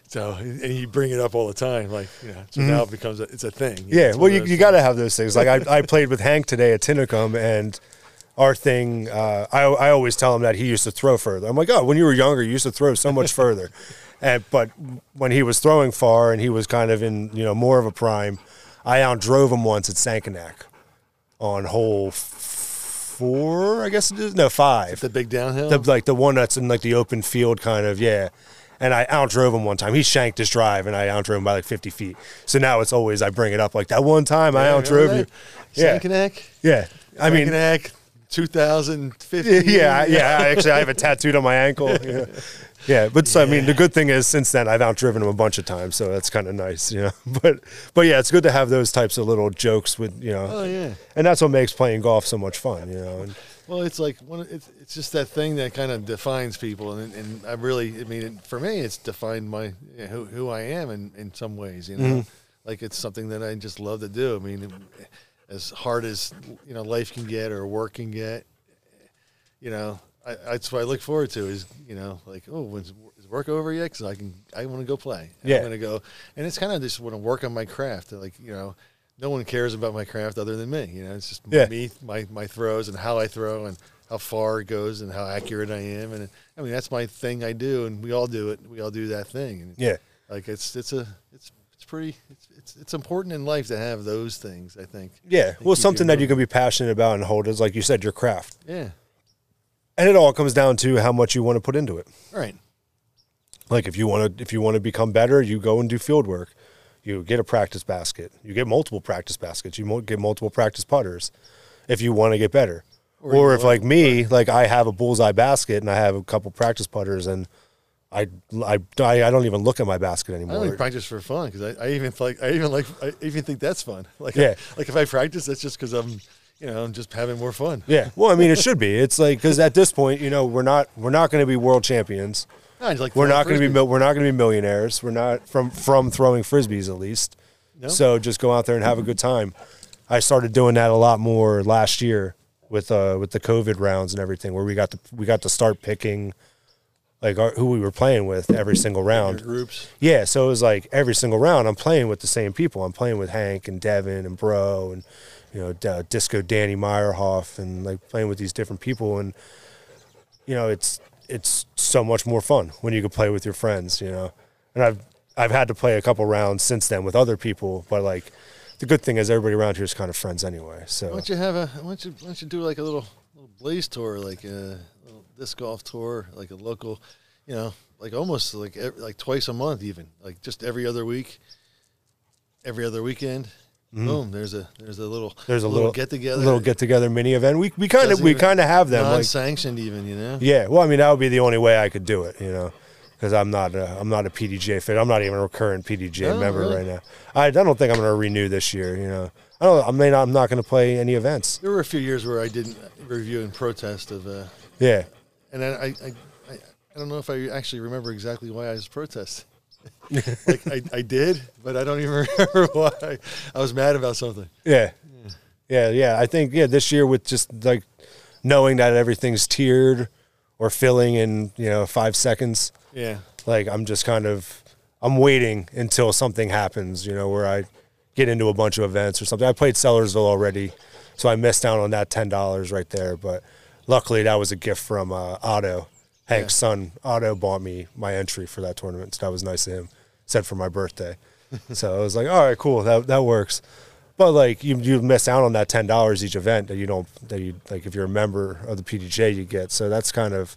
S2: So and you bring it up all the time, like you know. So now it becomes a, it's a thing. you know,
S1: Mm-hmm. Yeah,
S2: it's
S1: well,
S2: one
S1: you,
S2: of
S1: you
S2: those
S1: got
S2: things.
S1: to have those things. Like I, I played with Hank today at Tinicum, and our thing, uh, I I always tell him that he used to throw further. I'm like, oh, when you were younger, you used to throw so much further, and but when he was throwing far and he was kind of in you know more of a prime, I outdrove him once at Sankanak on hole f- four, I guess it is no five
S2: the big downhill.
S1: the like the one that's in like the open field kind of yeah. And I outdrove him one time. He shanked his drive, and I outdrove him by like fifty feet. So now it's always I bring it up like that one time I
S2: Yeah, remember
S1: outdrove you.
S2: that?
S1: Yeah,
S2: Sankanak?
S1: yeah. I mean,
S2: Sankanak, 2015.
S1: yeah, yeah. I Actually, I have it tattooed on my ankle. Yeah, yeah. But so I mean, the good thing is since then I've outdriven him a bunch of times, so that's kind of nice, you know. But but yeah, it's good to have those types of little jokes with you know.
S2: Oh, yeah.
S1: And that's what makes playing golf so much fun, you know. And,
S2: Well, it's like one. of- It's it's just that thing that kind of defines people, and, and I really, I mean, it- for me, it's defined my you know, who who I am in in some ways. You know,
S1: Mm-hmm.
S2: like it's something that I just love to do. I mean, as hard as you know life can get or work can get, you know, I, that's what I look forward to is you know like oh when's is work over yet? Because I can I want to go play.
S1: Yeah.
S2: I'm gonna go, and it's kind of just want to work on my craft. Like you know. No one cares about my craft other than me. You know, it's just
S1: Yeah.
S2: me, my, my throws, and how I throw, and how far it goes, and how accurate I am. And I mean, that's my thing I do, and we all do it. We all do that thing. And
S1: yeah.
S2: like it's it's a it's it's pretty it's it's, it's important in life to have those things. I think.
S1: Yeah,
S2: That
S1: well,
S2: keep you
S1: something that you
S2: moving.
S1: can be passionate about and hold is, like you said, your craft.
S2: Yeah.
S1: And it all comes down to how much you want to put into it.
S2: All right.
S1: Like if you want to, if you want to become better, you go and do field work. You get a practice basket. You get multiple practice baskets. You mo- get multiple practice putters if you want to get better. Or,
S2: you
S1: if, like me, like I have a bullseye basket and I have a couple practice putters, and I, I, I don't even look at my basket
S2: I
S1: anymore.
S2: only practice for fun because I, I even like I even like I even think that's fun. Like
S1: Yeah.
S2: like if I practice, that's just because I'm you know I'm just having more fun.
S1: yeah. Well, I mean, it should be. It's like because at this point, you know, we're not we're not going to be world champions.
S2: I just like
S1: We're
S2: throwing
S1: not going to be
S2: frisbees.
S1: mil- we're not going to be millionaires. We're not from from throwing frisbees at least.
S2: No.
S1: So just go out there and have a good time. I started doing that a lot more last year with uh with the COVID rounds and everything, where we got to we got to start picking like our, who we were playing with every single round.
S2: groups.
S1: Yeah, so it was like every single round I'm playing with the same people. I'm playing with Hank and Devin and Bro and you know D- Disco Danny Meyerhoff and like playing with these different people and you know it's it's so much more fun when you can play with your friends, you know. And I've I've had to play a couple rounds since then with other people, but like the good thing is everybody around here is kind of friends anyway. So
S2: Why don't you have a? Why don't you? Why don't you do like a little little blaze tour, like a little disc golf tour, like a local, you know, like almost like ev- like twice a month, even like just every other week, every other weekend. Boom! There's a there's a little
S1: Mm-hmm. there's a little
S2: get together,
S1: little get together mini event. We we kind of we kind of have them
S2: non
S1: like
S2: sanctioned even, you know.
S1: Yeah, well, I mean that would be the only way I could do it, you know, because I'm not a, I'm not a PDJ fit. I'm not even a recurrent PDJ
S2: Oh,
S1: member
S2: really?
S1: right now. I, I don't think I'm going to renew this year, you know. I don't. I mean, I'm not going to play any events.
S2: There were a few years where I didn't review in protest of, uh,
S1: Yeah,
S2: and I I, I I I don't know if I actually remember exactly why I was protesting. like I, I did, but I don't even remember why. I was mad about something.
S1: yeah. Yeah, yeah. I think yeah, this year with just like knowing that everything's tiered or filling in, you know, five seconds.
S2: Yeah.
S1: Like I'm just kind of I'm waiting until something happens, you know, where I get into a bunch of events or something. I played Sellersville already, so I missed out on that ten dollars right there. But luckily, that was a gift from uh, Otto, Hank's son. Otto bought me my entry for that tournament, so that was nice of him. Said for my birthday, so I was like, all right, cool, that that works. But like you, you miss out on that ten dollars each event that you don't that you like if you're a member of the PDJ you get. So that's kind of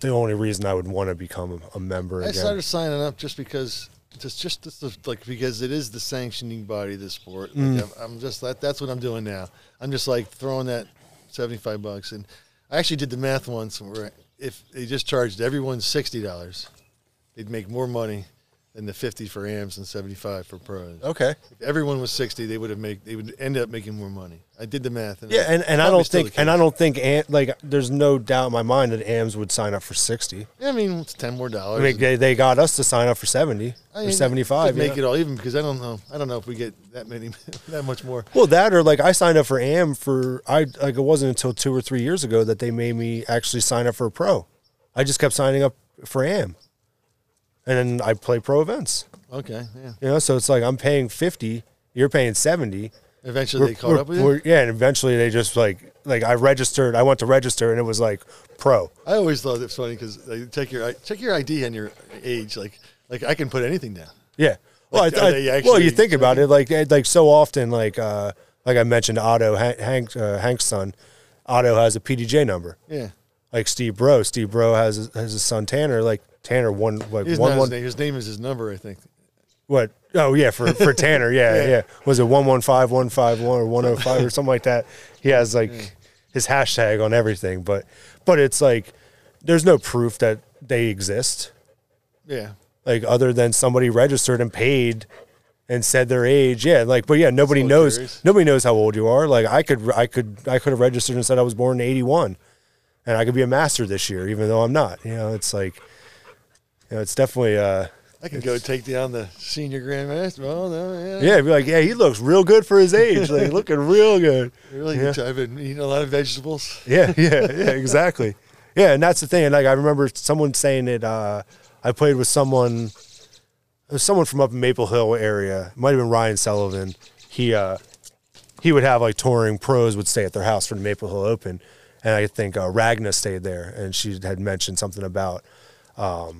S1: the only reason I would want to become a, a member.
S2: I
S1: again.
S2: started signing up just because just just this is, like because it is the sanctioning body of the sport. Like, I'm, I'm just that that's what I'm doing now. I'm just like throwing that 75 bucks and I actually did the math once where if they just charged everyone $60, they'd make more money than the 50 for AMs and 75 for pros.
S1: Okay.
S2: If everyone was 60, they would have make they would end up making more money. I did the math and
S1: Yeah, and, and I
S2: probably
S1: don't
S2: still
S1: think
S2: the
S1: and I
S2: case.
S1: don't think Am- like there's no doubt in my mind that AMs would sign up for sixty.
S2: Yeah, I mean, it's 10 more dollars.
S1: I mean, they, they got us to sign up for seventy or
S2: I mean,
S1: seventy five.
S2: just Make it all even because I don't know. I don't know if we get that many, that much more.
S1: Well, that or like I signed up for AM for I like it wasn't until two or three years ago that they made me actually sign up for a pro. I just kept signing up for AM, and then I play pro events.
S2: Okay, yeah.
S1: You know, so it's like I'm paying fifty, you're paying seventy.
S2: Eventually,
S1: We're-
S2: they caught
S1: we're-
S2: up with you.
S1: we're- Yeah, and eventually they just like like I registered. I went to register, and it was like pro.
S2: I always thought it's funny because they check your check your ID and your age. Like, like I can put anything down.
S1: Yeah. Well,
S2: Like,
S1: I,
S2: are
S1: I,
S2: they
S1: well,
S2: actually
S1: you think about it, like eh, like so often, like uh, like I mentioned, Otto Han- Hank uh, Hank's son, Otto has a PDJ number.
S2: Yeah,
S1: Like Steve Bro, Steve Bro has has his son Tanner. Like Tanner one like
S2: his,
S1: one
S2: not
S1: one
S2: his name. His name is his number, I think.
S1: what? Oh yeah, for for Tanner, yeah, yeah, Was it one one five one five one or one oh five or something like that? He has like his hashtag on everything, but but it's like there's no proof that they exist.
S2: Yeah,
S1: like other than somebody registered and paid and said their age. Yeah, like but yeah, nobody
S2: Slow
S1: knows
S2: theories.
S1: nobody knows how old you are. Like I could I could I could have registered and said I was born in 81 and I could be a master this year even though I'm not. You know, it's like you know, it's definitely uh
S2: I can go take down the senior grandmaster. Oh no, yeah,
S1: yeah, it'd be like, yeah, he looks real good for his age. Like looking real good.
S2: Really,
S1: Yeah.
S2: I've been eating a lot of vegetables.
S1: Yeah, yeah, yeah, exactly. Yeah, and that's the thing. Like I remember someone saying it. Uh, I played with someone, it was someone from up in Maple Hill area. It might have been Ryan Sullivan. He uh, he would have like touring pros would stay at their house for the Maple Hill Open, and I think uh, Ragna stayed there, and she had mentioned something about um,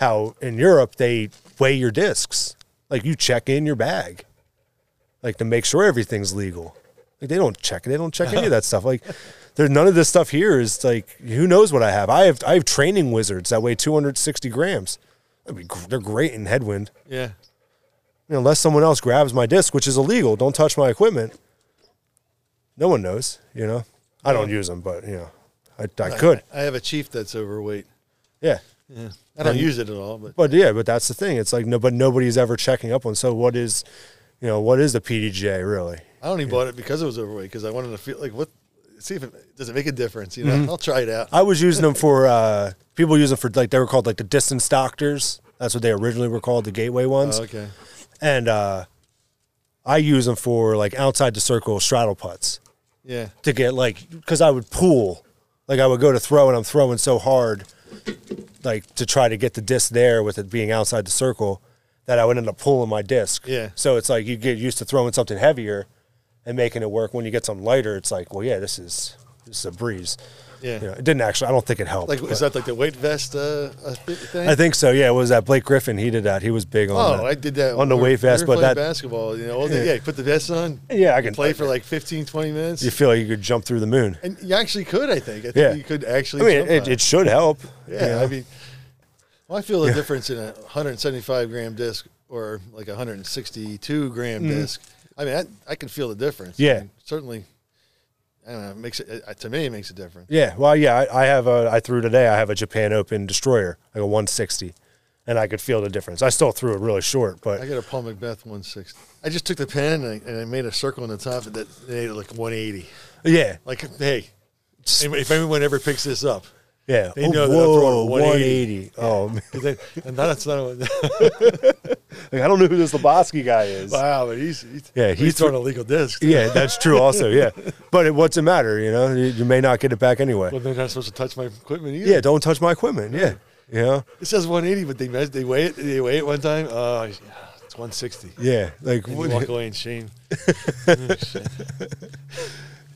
S1: how in Europe they weigh your discs. Like you check in your bag, like to make sure everything's legal. Like they don't check. They don't check any of that stuff. Like there's none of this stuff here is like who knows what I have. I have I have training wizards that weigh 260 grams. I mean, gr- they're great in headwind.
S2: Yeah,
S1: You know, unless someone else grabs my disc, which is illegal. Don't touch my equipment. No one knows. You know, I don't use them, but you know, I, I could.
S2: I have a chief that's overweight.
S1: Yeah.
S2: Yeah, I don't
S1: And-
S2: use it at all, but
S1: But yeah, but that's the thing. It's like no, but nobody's ever checking up on. So what is, you know, what is the PDGA really?
S2: I only bought it because it was overweight because I wanted to feel like what. See if it does it make a difference. You know,
S1: Mm-hmm.
S2: I'll try it out.
S1: I was using them for uh, people use them for like they were called like the distance doctors. That's what they originally were called, the gateway ones.
S2: Oh, okay.
S1: And uh, I use them for like outside the circle straddle putts
S2: Yeah.
S1: to get like because I would pull, like I would go to throw and I'm throwing so hard, like to try to get the disc there with it being outside the circle, that I would end up pulling my disc.
S2: Yeah.
S1: So it's like you get used to throwing something heavier, and making it work. When you get something lighter, it's like, well, yeah, this is this is a breeze.
S2: Yeah.
S1: You know, it didn't actually. I don't think it helped.
S2: Like,
S1: but-
S2: is that like the weight vest uh, uh, thi- thing?
S1: I think so. Yeah, it was that Blake Griffin. He did that. He was big on.
S2: Oh,
S1: that.
S2: I did that
S1: on the
S2: when we
S1: weight vest,
S2: were
S1: but
S2: playing
S1: that
S2: basketball, you know, all day, yeah, you put the vest on.
S1: Yeah, I
S2: you
S1: can-
S2: play for like 15, 20 minutes,
S1: you feel like you could jump through the moon.
S2: and you actually could. I think. I think
S1: Yeah.
S2: you could actually.
S1: I mean,
S2: jump
S1: it,
S2: on
S1: it should help. you
S2: Yeah,
S1: know?
S2: I mean, well, I feel the difference in a 175 gram disc or like a 162 gram disc. I mean, I, I can feel the difference. I
S1: Yeah.
S2: mean, certainly. I don't know. It makes it, it to me. It makes a difference.
S1: Yeah, well, yeah, I, I have a. I threw today. I have a Japan Open destroyer, like a 160, and I could feel the difference. I still threw it really short, but
S2: I got a Paul Macbeth 160. I just took the pen and I, and I made a circle on the top that that made it like 180.
S1: yeah,
S2: Like, hey, if anyone ever picks this up,
S1: yeah.
S2: They know that I'm throwing 180.
S1: Oh, man.
S2: and that's not.
S1: Like, I don't know who this Lebowski guy is.
S2: Wow, but he's, he's
S1: Yeah,
S2: he's,
S1: he threw-
S2: throwing illegal discs.
S1: Yeah, that's true also. Yeah. But it, what's it matter? You know, you, you may not get it back anyway.
S2: Well, they're not supposed to touch my equipment either.
S1: yeah, don't touch my equipment. Yeah. You know?
S2: it says 180, but they meas- they weigh it. They weigh it one time. Oh, yeah, it's 160.
S1: Yeah. Like,
S2: And you
S1: what-
S2: walk away in shame.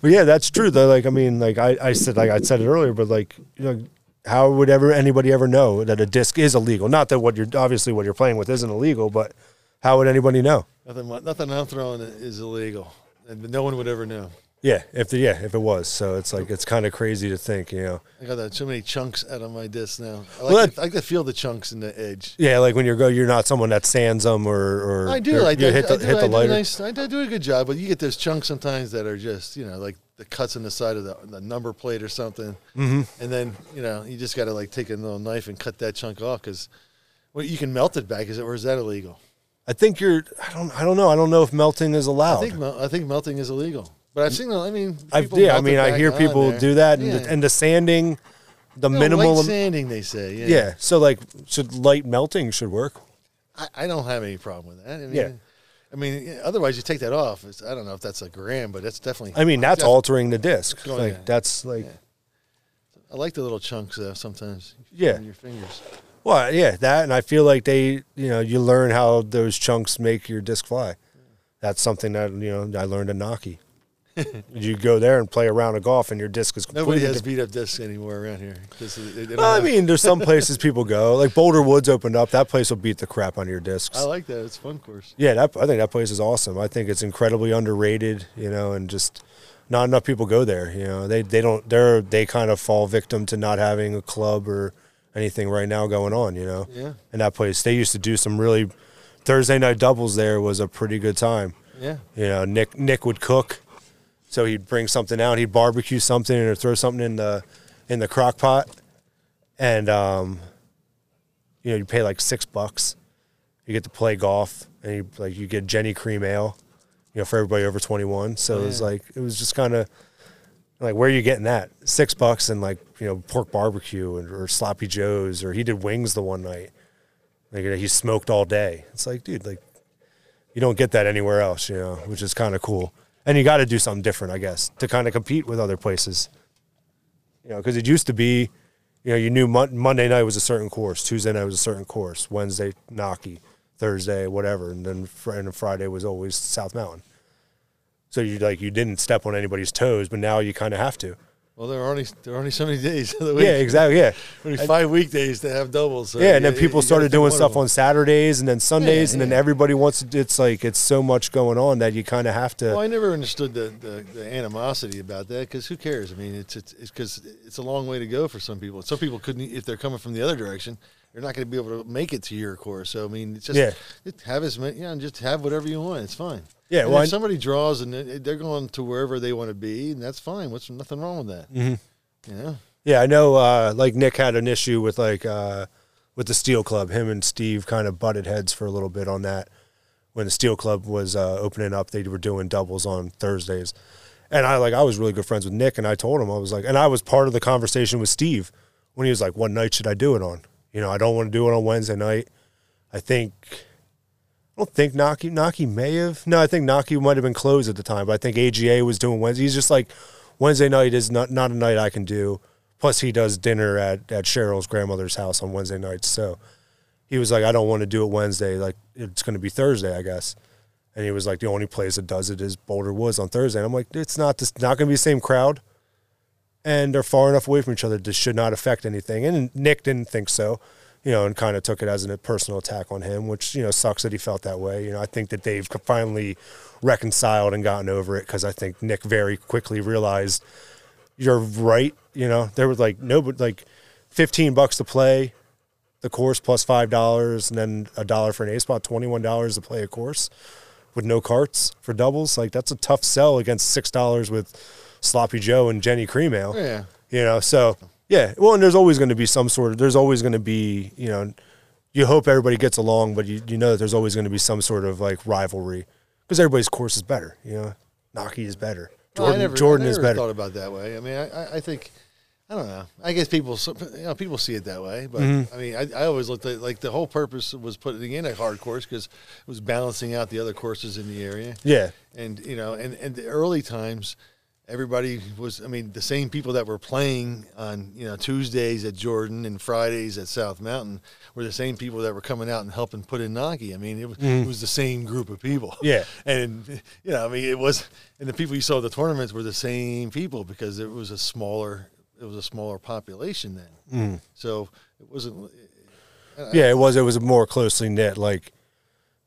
S1: But yeah, that's true. Though, like I mean, like I, I said, like I said it earlier, but like you know, how would ever anybody ever know that a disc is illegal? Not that what you're obviously what you're playing with isn't illegal, but how would anybody know?
S2: Nothing, nothing I'm throwing is illegal, and no one would ever know.
S1: Yeah, if the, yeah, if it was, so it's like it's kind of crazy to think, you know.
S2: I got that, too many chunks out of my disc now. I like,
S1: Well, that-
S2: to, I like to feel the chunks in the edge.
S1: Yeah, like when you're go, you're not someone that sands them or or
S2: I do. I,
S1: you
S2: do.
S1: hit the
S2: I do.
S1: hit
S2: I
S1: the
S2: do a
S1: lighter.
S2: nice, I do do a good job, but you get those chunks sometimes that are just you know like the cuts in the side of the, the number plate or something, mm-hmm. and then you know you just got to like take a little knife and cut that chunk off because well, you can melt it back. Is it or is that illegal?
S1: I think you're. I don't. I don't know. I don't know if melting is allowed.
S2: I think mel- I think melting is illegal, but I've seen. I mean,
S1: I,
S2: people
S1: yeah, I
S2: melt it
S1: mean, I
S2: back
S1: hear
S2: on
S1: people
S2: there.
S1: do that, and,
S2: Yeah.
S1: the, and the sanding, the
S2: No,
S1: minimal.
S2: light
S1: am-
S2: sanding. They say, yeah.
S1: yeah, so like, should light melting should work.
S2: I, I don't have any problem with that. I mean,
S1: Yeah.
S2: I mean, yeah, otherwise you take that off. It's, I don't know if that's a gram, but that's definitely.
S1: I mean, that's
S2: def-
S1: altering the disc.
S2: Oh,
S1: like
S2: yeah.
S1: that's like,
S2: I like the little chunks though sometimes.
S1: Yeah.
S2: on your fingers.
S1: well, yeah, that, and I feel like they, you know, you learn how those chunks make your disc fly. That's something that you know I learned in Naki. you go there and play a round of golf, and your disc is completely.
S2: Nobody has
S1: different.
S2: beat up discs anymore around here. 'cause they- they don't
S1: Well, I
S2: have-
S1: mean, there's some places people go. Like Boulder Woods opened up. That place will beat the crap out of your discs.
S2: I like that. It's a fun course.
S1: Yeah, that, I think that place is awesome. I think it's incredibly underrated, you know, and just not enough people go there. You know, they they don't they're they kind of fall victim to not having a club or anything right now going on. You know,
S2: Yeah.
S1: And that place they used to do some really Thursday night doubles. There was a pretty good time.
S2: Yeah,
S1: You know, Nick Nick would cook, so he'd bring something out. He'd barbecue something or throw something in the in the crock pot, and um, you know, you pay like six bucks. You get to play golf, and you like you get Jenny Cream Ale, you know, for everybody over twenty one. So it was
S2: Yeah.
S1: like it was just kind of like where are you getting that six bucks and like you know pork barbecue and, or sloppy joes or he did wings the one night. Like you know, he smoked all day. It's like, dude, like you don't get that anywhere else, you know, which is kind of cool. And you got to do something different, I guess, to kind of compete with other places. You know, because it used to be, you know, you knew Mon- Monday night was a certain course, Tuesday night was a certain course, Wednesday Naki, Thursday whatever, and then fr- and Friday was always South Mountain. So you like you didn't step on anybody's toes, but now you kind of have to.
S2: well, there are only there are only so many days of the week.
S1: Yeah, exactly. Yeah,
S2: Only five weekdays to have doubles. so
S1: yeah. And then
S2: you-
S1: people
S2: you gotta
S1: started
S2: pick
S1: doing
S2: one of
S1: stuff
S2: them.
S1: on Saturdays and then Sundays, and then
S2: yeah.
S1: everybody wants. To, it's like it's so much going on that you kind of have to.
S2: Well, I never understood the, the, the animosity about that because who cares? I mean, it's it's because it's, a long way to go for some people. Some people couldn't if they're coming from the other direction. They're not going to be able to make it to your course. So I mean, it's just
S1: Yeah.
S2: just have as many, you know, just have whatever you want. It's fine.
S1: Yeah,
S2: And
S1: well, I-
S2: if somebody draws and they- they're going to wherever they want to be, and that's fine. What's nothing wrong with that? Mm-hmm. Yeah.
S1: Yeah, I know. Uh, like Nick had an issue with like uh, with the Steel Club. Him and Steve kind of butted heads for a little bit on that. When the Steel Club was uh, opening up, they were doing doubles on Thursdays, and I like I was really good friends with Nick, and I told him I was like, and I was part of the conversation with Steve when he was like, "What night should I do it on?" You know, I don't want to do it on Wednesday night. I think I don't think Naki Naki may have. No, I think Naki might have been closed at the time, but I think AGA was doing Wednesday. He's just like Wednesday night is not not a night I can do. Plus, he does dinner at at Cheryl's grandmother's house on Wednesday nights, so he was like, I don't want to do it Wednesday. Like it's going to be Thursday, I guess. And he was like, the only place that does it is Boulder Woods on Thursday. And I'm like, it's not this not going to be the same crowd, and they're far enough away from each other. This should not affect anything. And Nick didn't think so, you know, and kind of took it as a personal attack on him, which you know sucks that he felt that way. You know, I think that they've finally reconciled and gotten over it because I think Nick very quickly realized you're right. You know, there was like no, but like fifteen bucks to play the course plus five dollars, and then a dollar for an A spot, twenty one dollars to play a course with no carts for doubles. Like that's a tough sell against six dollars with sloppy Joe and Jenny Cream Ale.
S2: Yeah.
S1: You know, so yeah. Well, and there's always going to be some sort of. There's always going to be you know. You hope everybody gets along, but you, you know that there's always going to be some sort of like rivalry because everybody's course is better. You know, Naki is better.
S2: No, I
S1: Jordan,
S2: never- I
S1: Jordan is
S2: never
S1: better.
S2: Thought about it that way. I mean, I, I- I think, I don't know. I guess people, some- you know, people see it that way. But
S1: Mm-hmm.
S2: I mean, I, I always looked at like the whole purpose was putting in a hard course because it was balancing out the other courses in the area.
S1: Yeah.
S2: and you know, and and the early times, everybody was. I mean, the same people that were playing on you know Tuesdays at Jordan and Fridays at South Mountain were the same people that were coming out and helping put in Nagi. I mean, it, was it was the same group of people.
S1: Mm-hmm. Yeah.
S2: and you know, I mean, it was, and the people you saw at the tournaments were the same people because it was a smaller, it was a smaller population then.
S1: Mm.
S2: So it wasn't. Uh,
S1: Yeah, it was. It was more closely knit. Like,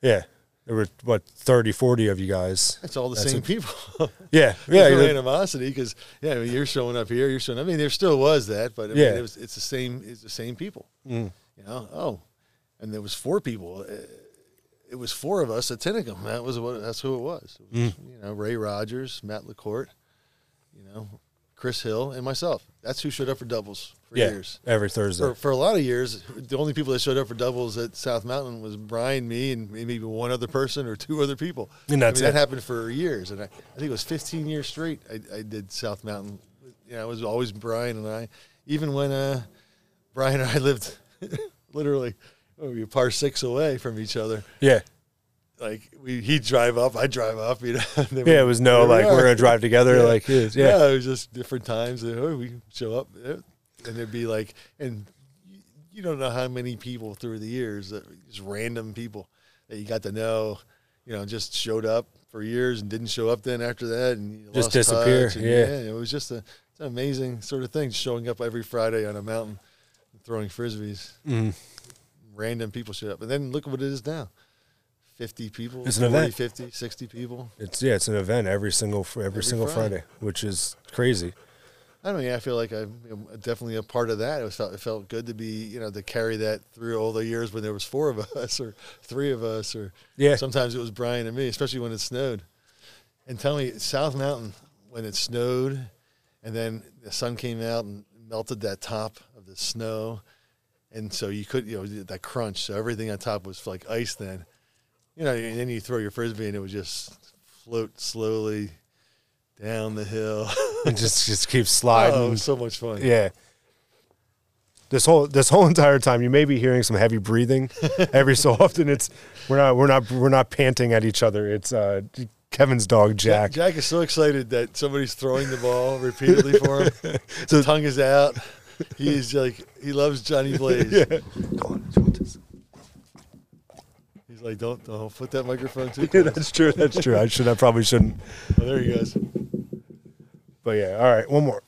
S1: yeah, there were what 30, 40 of you guys.
S2: It's all the
S1: That's
S2: same
S1: it.
S2: people.
S1: Yeah, yeah,
S2: yeah, no
S1: you're-
S2: animosity because yeah, I mean, you're showing up here, you're showing. I mean, there still was that, but I
S1: Yeah. Mm.
S2: mean, it was, it's the same. It's the same people. You know, oh, and there was four people. Uh, It was four of us at Tinicum. That was what. That's who it was. It
S1: Mm.
S2: was, You know, Ray Rogers, Matt Lacorte, you know, Chris Hill, and myself. That's who showed up for doubles for
S1: yeah.
S2: years.
S1: Every Thursday.
S2: For, for a lot of years, the only people that showed up for doubles at South Mountain was Brian, me, and maybe one other person or two other people.
S1: And that's
S2: I mean,
S1: it.
S2: that happened for years, and I, I think it was 15 years straight. I, I did South Mountain. You know, it was always Brian and I. Even when uh, Brian and I lived literally oh, we were par six away from each other,
S1: yeah,
S2: like we he'd drive up, I'd drive up. You know, and then
S1: yeah. It
S2: we-
S1: was no
S2: there we
S1: like
S2: are.
S1: we're gonna drive together.
S2: Yeah.
S1: Like, yeah,
S2: Yeah.
S1: yeah,
S2: it was just different times. And, oh, we show up, eh, and there'd be like, and you, you don't know how many people through the years, that just random people that you got to know, you know, just showed up for years and didn't show up then after that, and you
S1: Just
S2: lost
S1: disappear,
S2: touch, and
S1: yeah.
S2: it was just a, it's an amazing sort of thing, showing up every Friday on a mountain, and throwing frisbees.
S1: Mm-hmm.
S2: Random people showed up, and then look what it is now. 50 people,
S1: It's an
S2: 40,
S1: event.
S2: 50, 60 people.
S1: It's yeah, it's an event every single fr- every,
S2: Every
S1: single Friday.
S2: Friday.
S1: which is crazy.
S2: I mean, I feel like I'm I'm definitely a part of that. It was felt it felt good to be, you know, to carry that through all the years when there was four of us or three of us or
S1: Yeah.
S2: Sometimes it was Brian and me, especially when it snowed. And tell me, South Mountain when it snowed, and then the sun came out and melted that top of the snow, and so you could, you know, that crunch. So everything on top was like ice then. You know, and then you throw your frisbee and it would just float slowly down the hill.
S1: It just just keeps
S2: oh, it
S1: sliding.
S2: was so much fun.
S1: yeah. This whole this whole entire time, you may be hearing some heavy breathing. Every so often, it's we're not we're not we're not panting at each other. It's uh, Kevin's dog
S2: Ja-
S1: Jack.
S2: Jack is so excited that somebody's throwing the ball repeatedly for him. His tongue is out. He is like he loves Johnny Blaze. He's like, don't don't put that microphone too
S1: Yeah,
S2: close.
S1: that's true. That's true. I should. I probably shouldn't.
S2: Oh, there he goes.
S1: But yeah. All right. One more.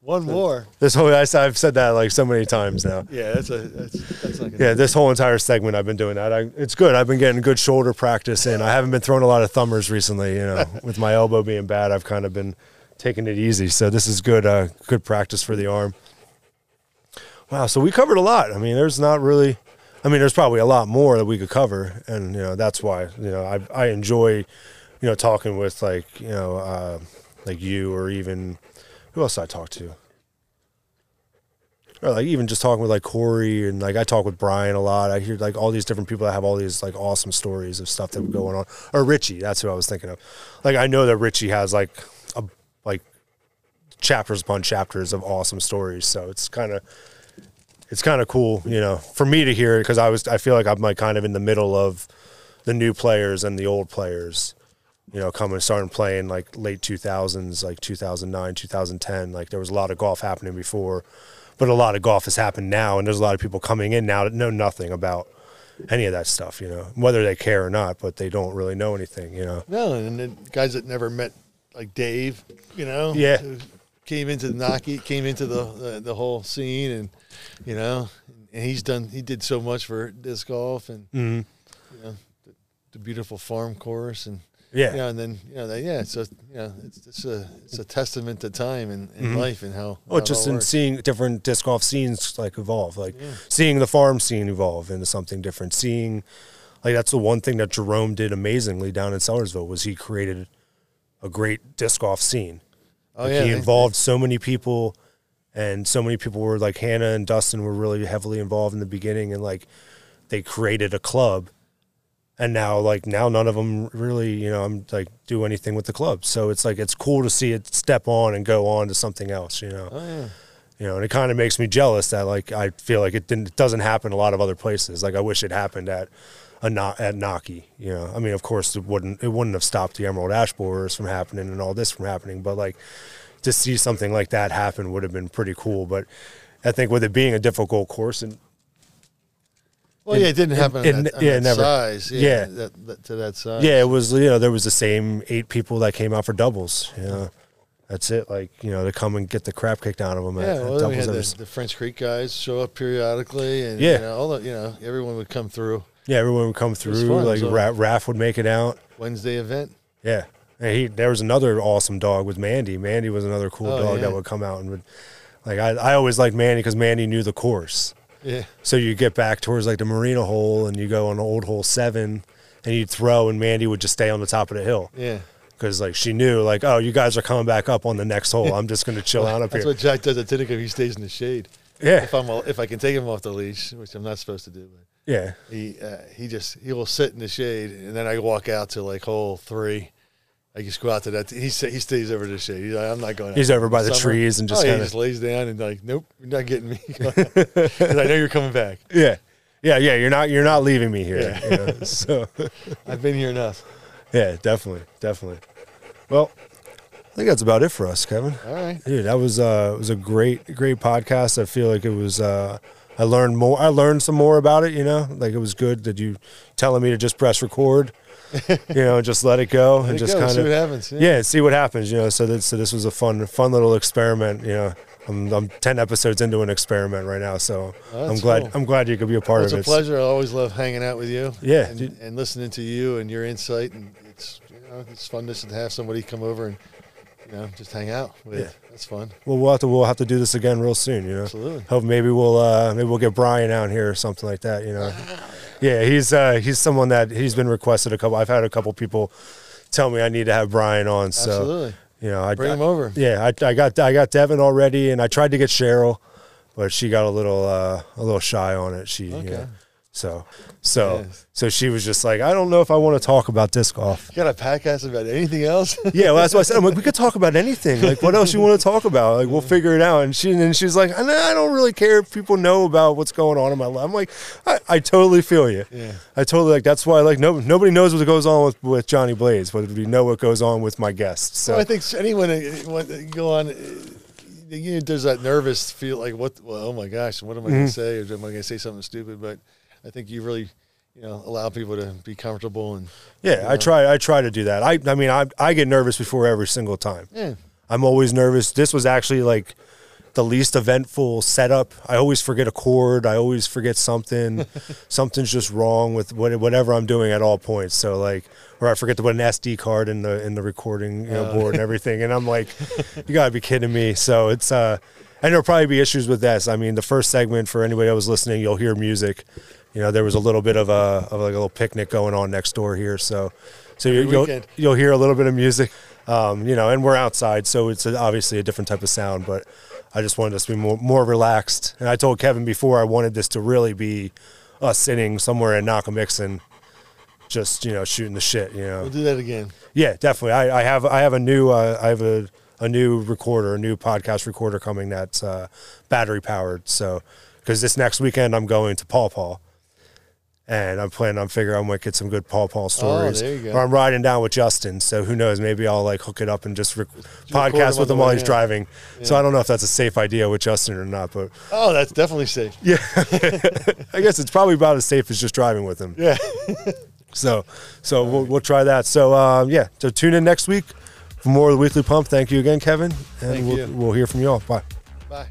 S2: One more.
S1: This whole I, have said that like so many times now.
S2: Yeah, that's a that's that's not gonna.
S1: Yeah. This whole entire segment, I've been doing that. I, it's good. I've been getting good shoulder practice in. I haven't been throwing a lot of thumbers recently. You know, with my elbow being bad, I've kind of been taking it easy. So this is good. Uh, good practice for the arm. Wow. So we covered a lot. I mean, there's not really. I mean, there's probably a lot more that we could cover, and you know that's why you know I I enjoy, you know, talking with like you know uh, like you or even who else I talk to, or like even just talking with like Corey and like I talk with Brian a lot. I hear like all these different people that have all these like awesome stories of stuff that were going on. Or Richie, that's who I was thinking of. Like I know that Richie has like a like chapters upon chapters of awesome stories. So it's kind of it's kind of cool, you know, for me to hear it because I was I feel like I'm like kind of in the middle of the new players and the old players, you know, coming starting playing like late 2000s, like 2009, 2010. Like there was a lot of golf happening before, but a lot of golf has happened now, and there's a lot of people coming in now that know nothing about any of that stuff, you know, whether they care or not, but they don't really know anything, you know.
S2: No, and then guys that never met like Dave, you know,
S1: Yeah.
S2: who came into the Naki, came into the, the the whole scene, and you know, and he's done. He did so much for disc golf, and
S1: Mm-hmm.
S2: you know, the, the beautiful farm course, and
S1: Yeah.
S2: you know, and then you know, they, yeah, so you know, it's it's a it's a testament to time and, and life and how.
S1: Well,
S2: how it
S1: Mm-hmm. Oh, just
S2: all
S1: in
S2: works.
S1: seeing different disc golf scenes like evolve, like seeing the farm scene evolve into something different. Seeing, like that's the one thing that Jerome did amazingly down in Sellersville was he created a great disc golf scene.
S2: Oh,
S1: Like,
S2: yeah,
S1: he
S2: they-
S1: involved so many people, and so many people were like Hannah and Dustin were really heavily involved in the beginning, and like they created a club. And now, like now, none of them really, you know, I'm like do anything with the club. So it's like it's cool to see it step on and go on to something else, you know
S2: Oh, yeah.
S1: you know, and it kind of makes me jealous that like I feel like it didn't it doesn't happen a lot of other places. Like I wish it happened at a not at Naki. You know, I mean, of course it wouldn't it wouldn't have stopped the Emerald Ash borers from happening and all this from happening, but like to see something like that happen would have been pretty cool. But I think with it being a difficult course and
S2: Well, yeah, it didn't happen.
S1: it-
S2: on that, on
S1: yeah,
S2: that
S1: never-
S2: size. Yeah,
S1: yeah.
S2: That, that, to that size.
S1: yeah, it was you know there was the same eight people that came out for doubles. You know, that's it. Like you know to come and get the crap kicked out of them at,
S2: Yeah,
S1: at
S2: well, then we
S1: doubles.
S2: had
S1: every
S2: the,
S1: s-
S2: the French Creek guys show up periodically, and
S1: Yeah.
S2: you know, all the, you know, everyone would come through
S1: yeah, everyone would come through.
S2: fun,
S1: like
S2: so-
S1: Ra- Raph would make it out.
S2: Wednesday event.
S1: Yeah. And he there was another awesome dog with Mandy. Mandy was another cool
S2: Oh,
S1: dog
S2: yeah.
S1: that would come out and would like I, I always liked Mandy because Mandy knew the course.
S2: Yeah,
S1: So you get back towards like the marina hole and you go on old hole seven and you'd throw and Mandy would just stay on the top of the hill.
S2: yeah.
S1: Because like she knew like, oh you guys are coming back up on the next hole. I'm just gonna chill out up
S2: That's
S1: here.
S2: what Jack does at Tinnico. He stays in the shade.
S1: Yeah.
S2: If I'm if I can take him off the leash, which I'm not supposed to do, but
S1: Yeah.
S2: he uh, he just he will sit in the shade, and then I walk out to like hole three. I just go out to that. He sa- he stays over the shade. He's like, I'm not going. out
S1: He's over by the
S2: summer."
S1: trees and just
S2: oh, yeah, he
S1: kinda-
S2: just lays down and like, nope, you're not getting me. 'Cause I know you're coming back.
S1: Yeah. Yeah, yeah, you're not you're not leaving me here.
S2: Yeah.
S1: you know, so
S2: I've been here enough.
S1: yeah, definitely, definitely. Well, I think that's about it for us, Kevin.
S2: All right.
S1: Dude, that was uh it was a great great podcast. I feel like it was uh I learned more I learned some more about it, you know? Like it was good that you telling me to just press record, you know, just let it go and
S2: it
S1: just
S2: go,
S1: kind
S2: see
S1: of
S2: what happens, yeah.
S1: Yeah, and see what happens, you know. So that so this was a fun fun little experiment, you know. I'm, I'm 10 episodes into an experiment right now, so
S2: Oh, that's
S1: I'm glad
S2: cool.
S1: I'm glad you could be a part
S2: Well, it's
S1: of
S2: a
S1: it.
S2: pleasure. I always love hanging out with you.
S1: Yeah,
S2: and,
S1: dude.
S2: and listening to you and your insight, and it's you know, it's fun just to have somebody come over and you know just hang out with.
S1: Yeah.
S2: That's fun.
S1: Well, we'll have to we'll have to do this again real soon, you know.
S2: Absolutely.
S1: Hope maybe we'll uh maybe we'll get Brian out here or something like that, you know. yeah, he's uh he's someone that he's been requested a couple. I've had a couple people tell me I need to have Brian on, so
S2: Absolutely.
S1: you know, I
S2: Bring
S1: I-
S2: him over.
S1: Yeah, I, I got I got Devin already, and I tried to get Cheryl, but she got a little uh a little shy on it. She
S2: Okay.
S1: yeah. So so
S2: Yes.
S1: so she was just like, I don't know if I want to talk about disc golf.
S2: You got a podcast about anything else?
S1: Yeah, well, that's what I said. I'm like, we could talk about anything. Like, what else you want to talk about? Like, we'll figure it out. And she and then she's like, I, I don't really care if people know about what's going on in my life. I'm like, I, I totally feel you.
S2: Yeah.
S1: I totally like. That's why like no nobody knows what goes on with, with Johnny Blaze, but we know what goes on with my guests. So
S2: Well, I think anyone uh, want to go on. uh, You know, there's that nervous feel like what? Well, oh my gosh, what am
S1: Mm-hmm.
S2: I going to say? Or am I going to say something stupid? But I think you really, you know, allow people to be comfortable and
S1: yeah, I
S2: Yeah.
S1: try I try to do that. I I mean I I get nervous before every single time.
S2: yeah.
S1: I'm always nervous. This was actually like the least eventful setup. I always forget a chord. I always forget something. Something's just wrong with what, whatever I'm doing at all points. So like, or I forget to put an SD card in the in the recording you know, board and everything. And I'm like, you gotta be kidding me. So it's uh, and there'll probably be issues with this. I mean, the first segment for anybody that was listening, you'll hear music. You know, there was a little bit of a of like a little picnic going on next door here. So, so you, you'll
S2: weekend.
S1: you'll hear a little bit of music, um, you know, and we're outside, so it's obviously a different type of sound. But I just wanted us to be more, more relaxed. And I told Kevin before I wanted this to really be us sitting somewhere in Nakamixon, just you know, shooting the shit. You know,
S2: We'll do that again.
S1: yeah, definitely. I, I have I have a new uh, I have a, a new recorder, a new podcast recorder coming that's uh, battery powered. So because this next weekend I'm going to Paw Paw, and I'm planning on figuring I'm gonna get some good Paw Paw stories.
S2: Oh, there you go.
S1: Or I'm riding down with Justin, so who knows? Maybe I'll like hook it up and just rec-
S2: them
S1: podcast
S2: on
S1: with
S2: the
S1: him while
S2: way
S1: he's
S2: in.
S1: driving. So I don't know if that's a safe idea with Justin or not, but
S2: Oh, that's definitely safe.
S1: I guess it's probably about as safe as just driving with him.
S2: Yeah.
S1: So, so we'll, we'll try that. So, um, yeah. So tune in next week for more of the weekly pump. Thank you again, Kevin, and
S2: Thank
S1: we'll
S2: you.
S1: we'll hear from y'all. Bye.
S2: Bye.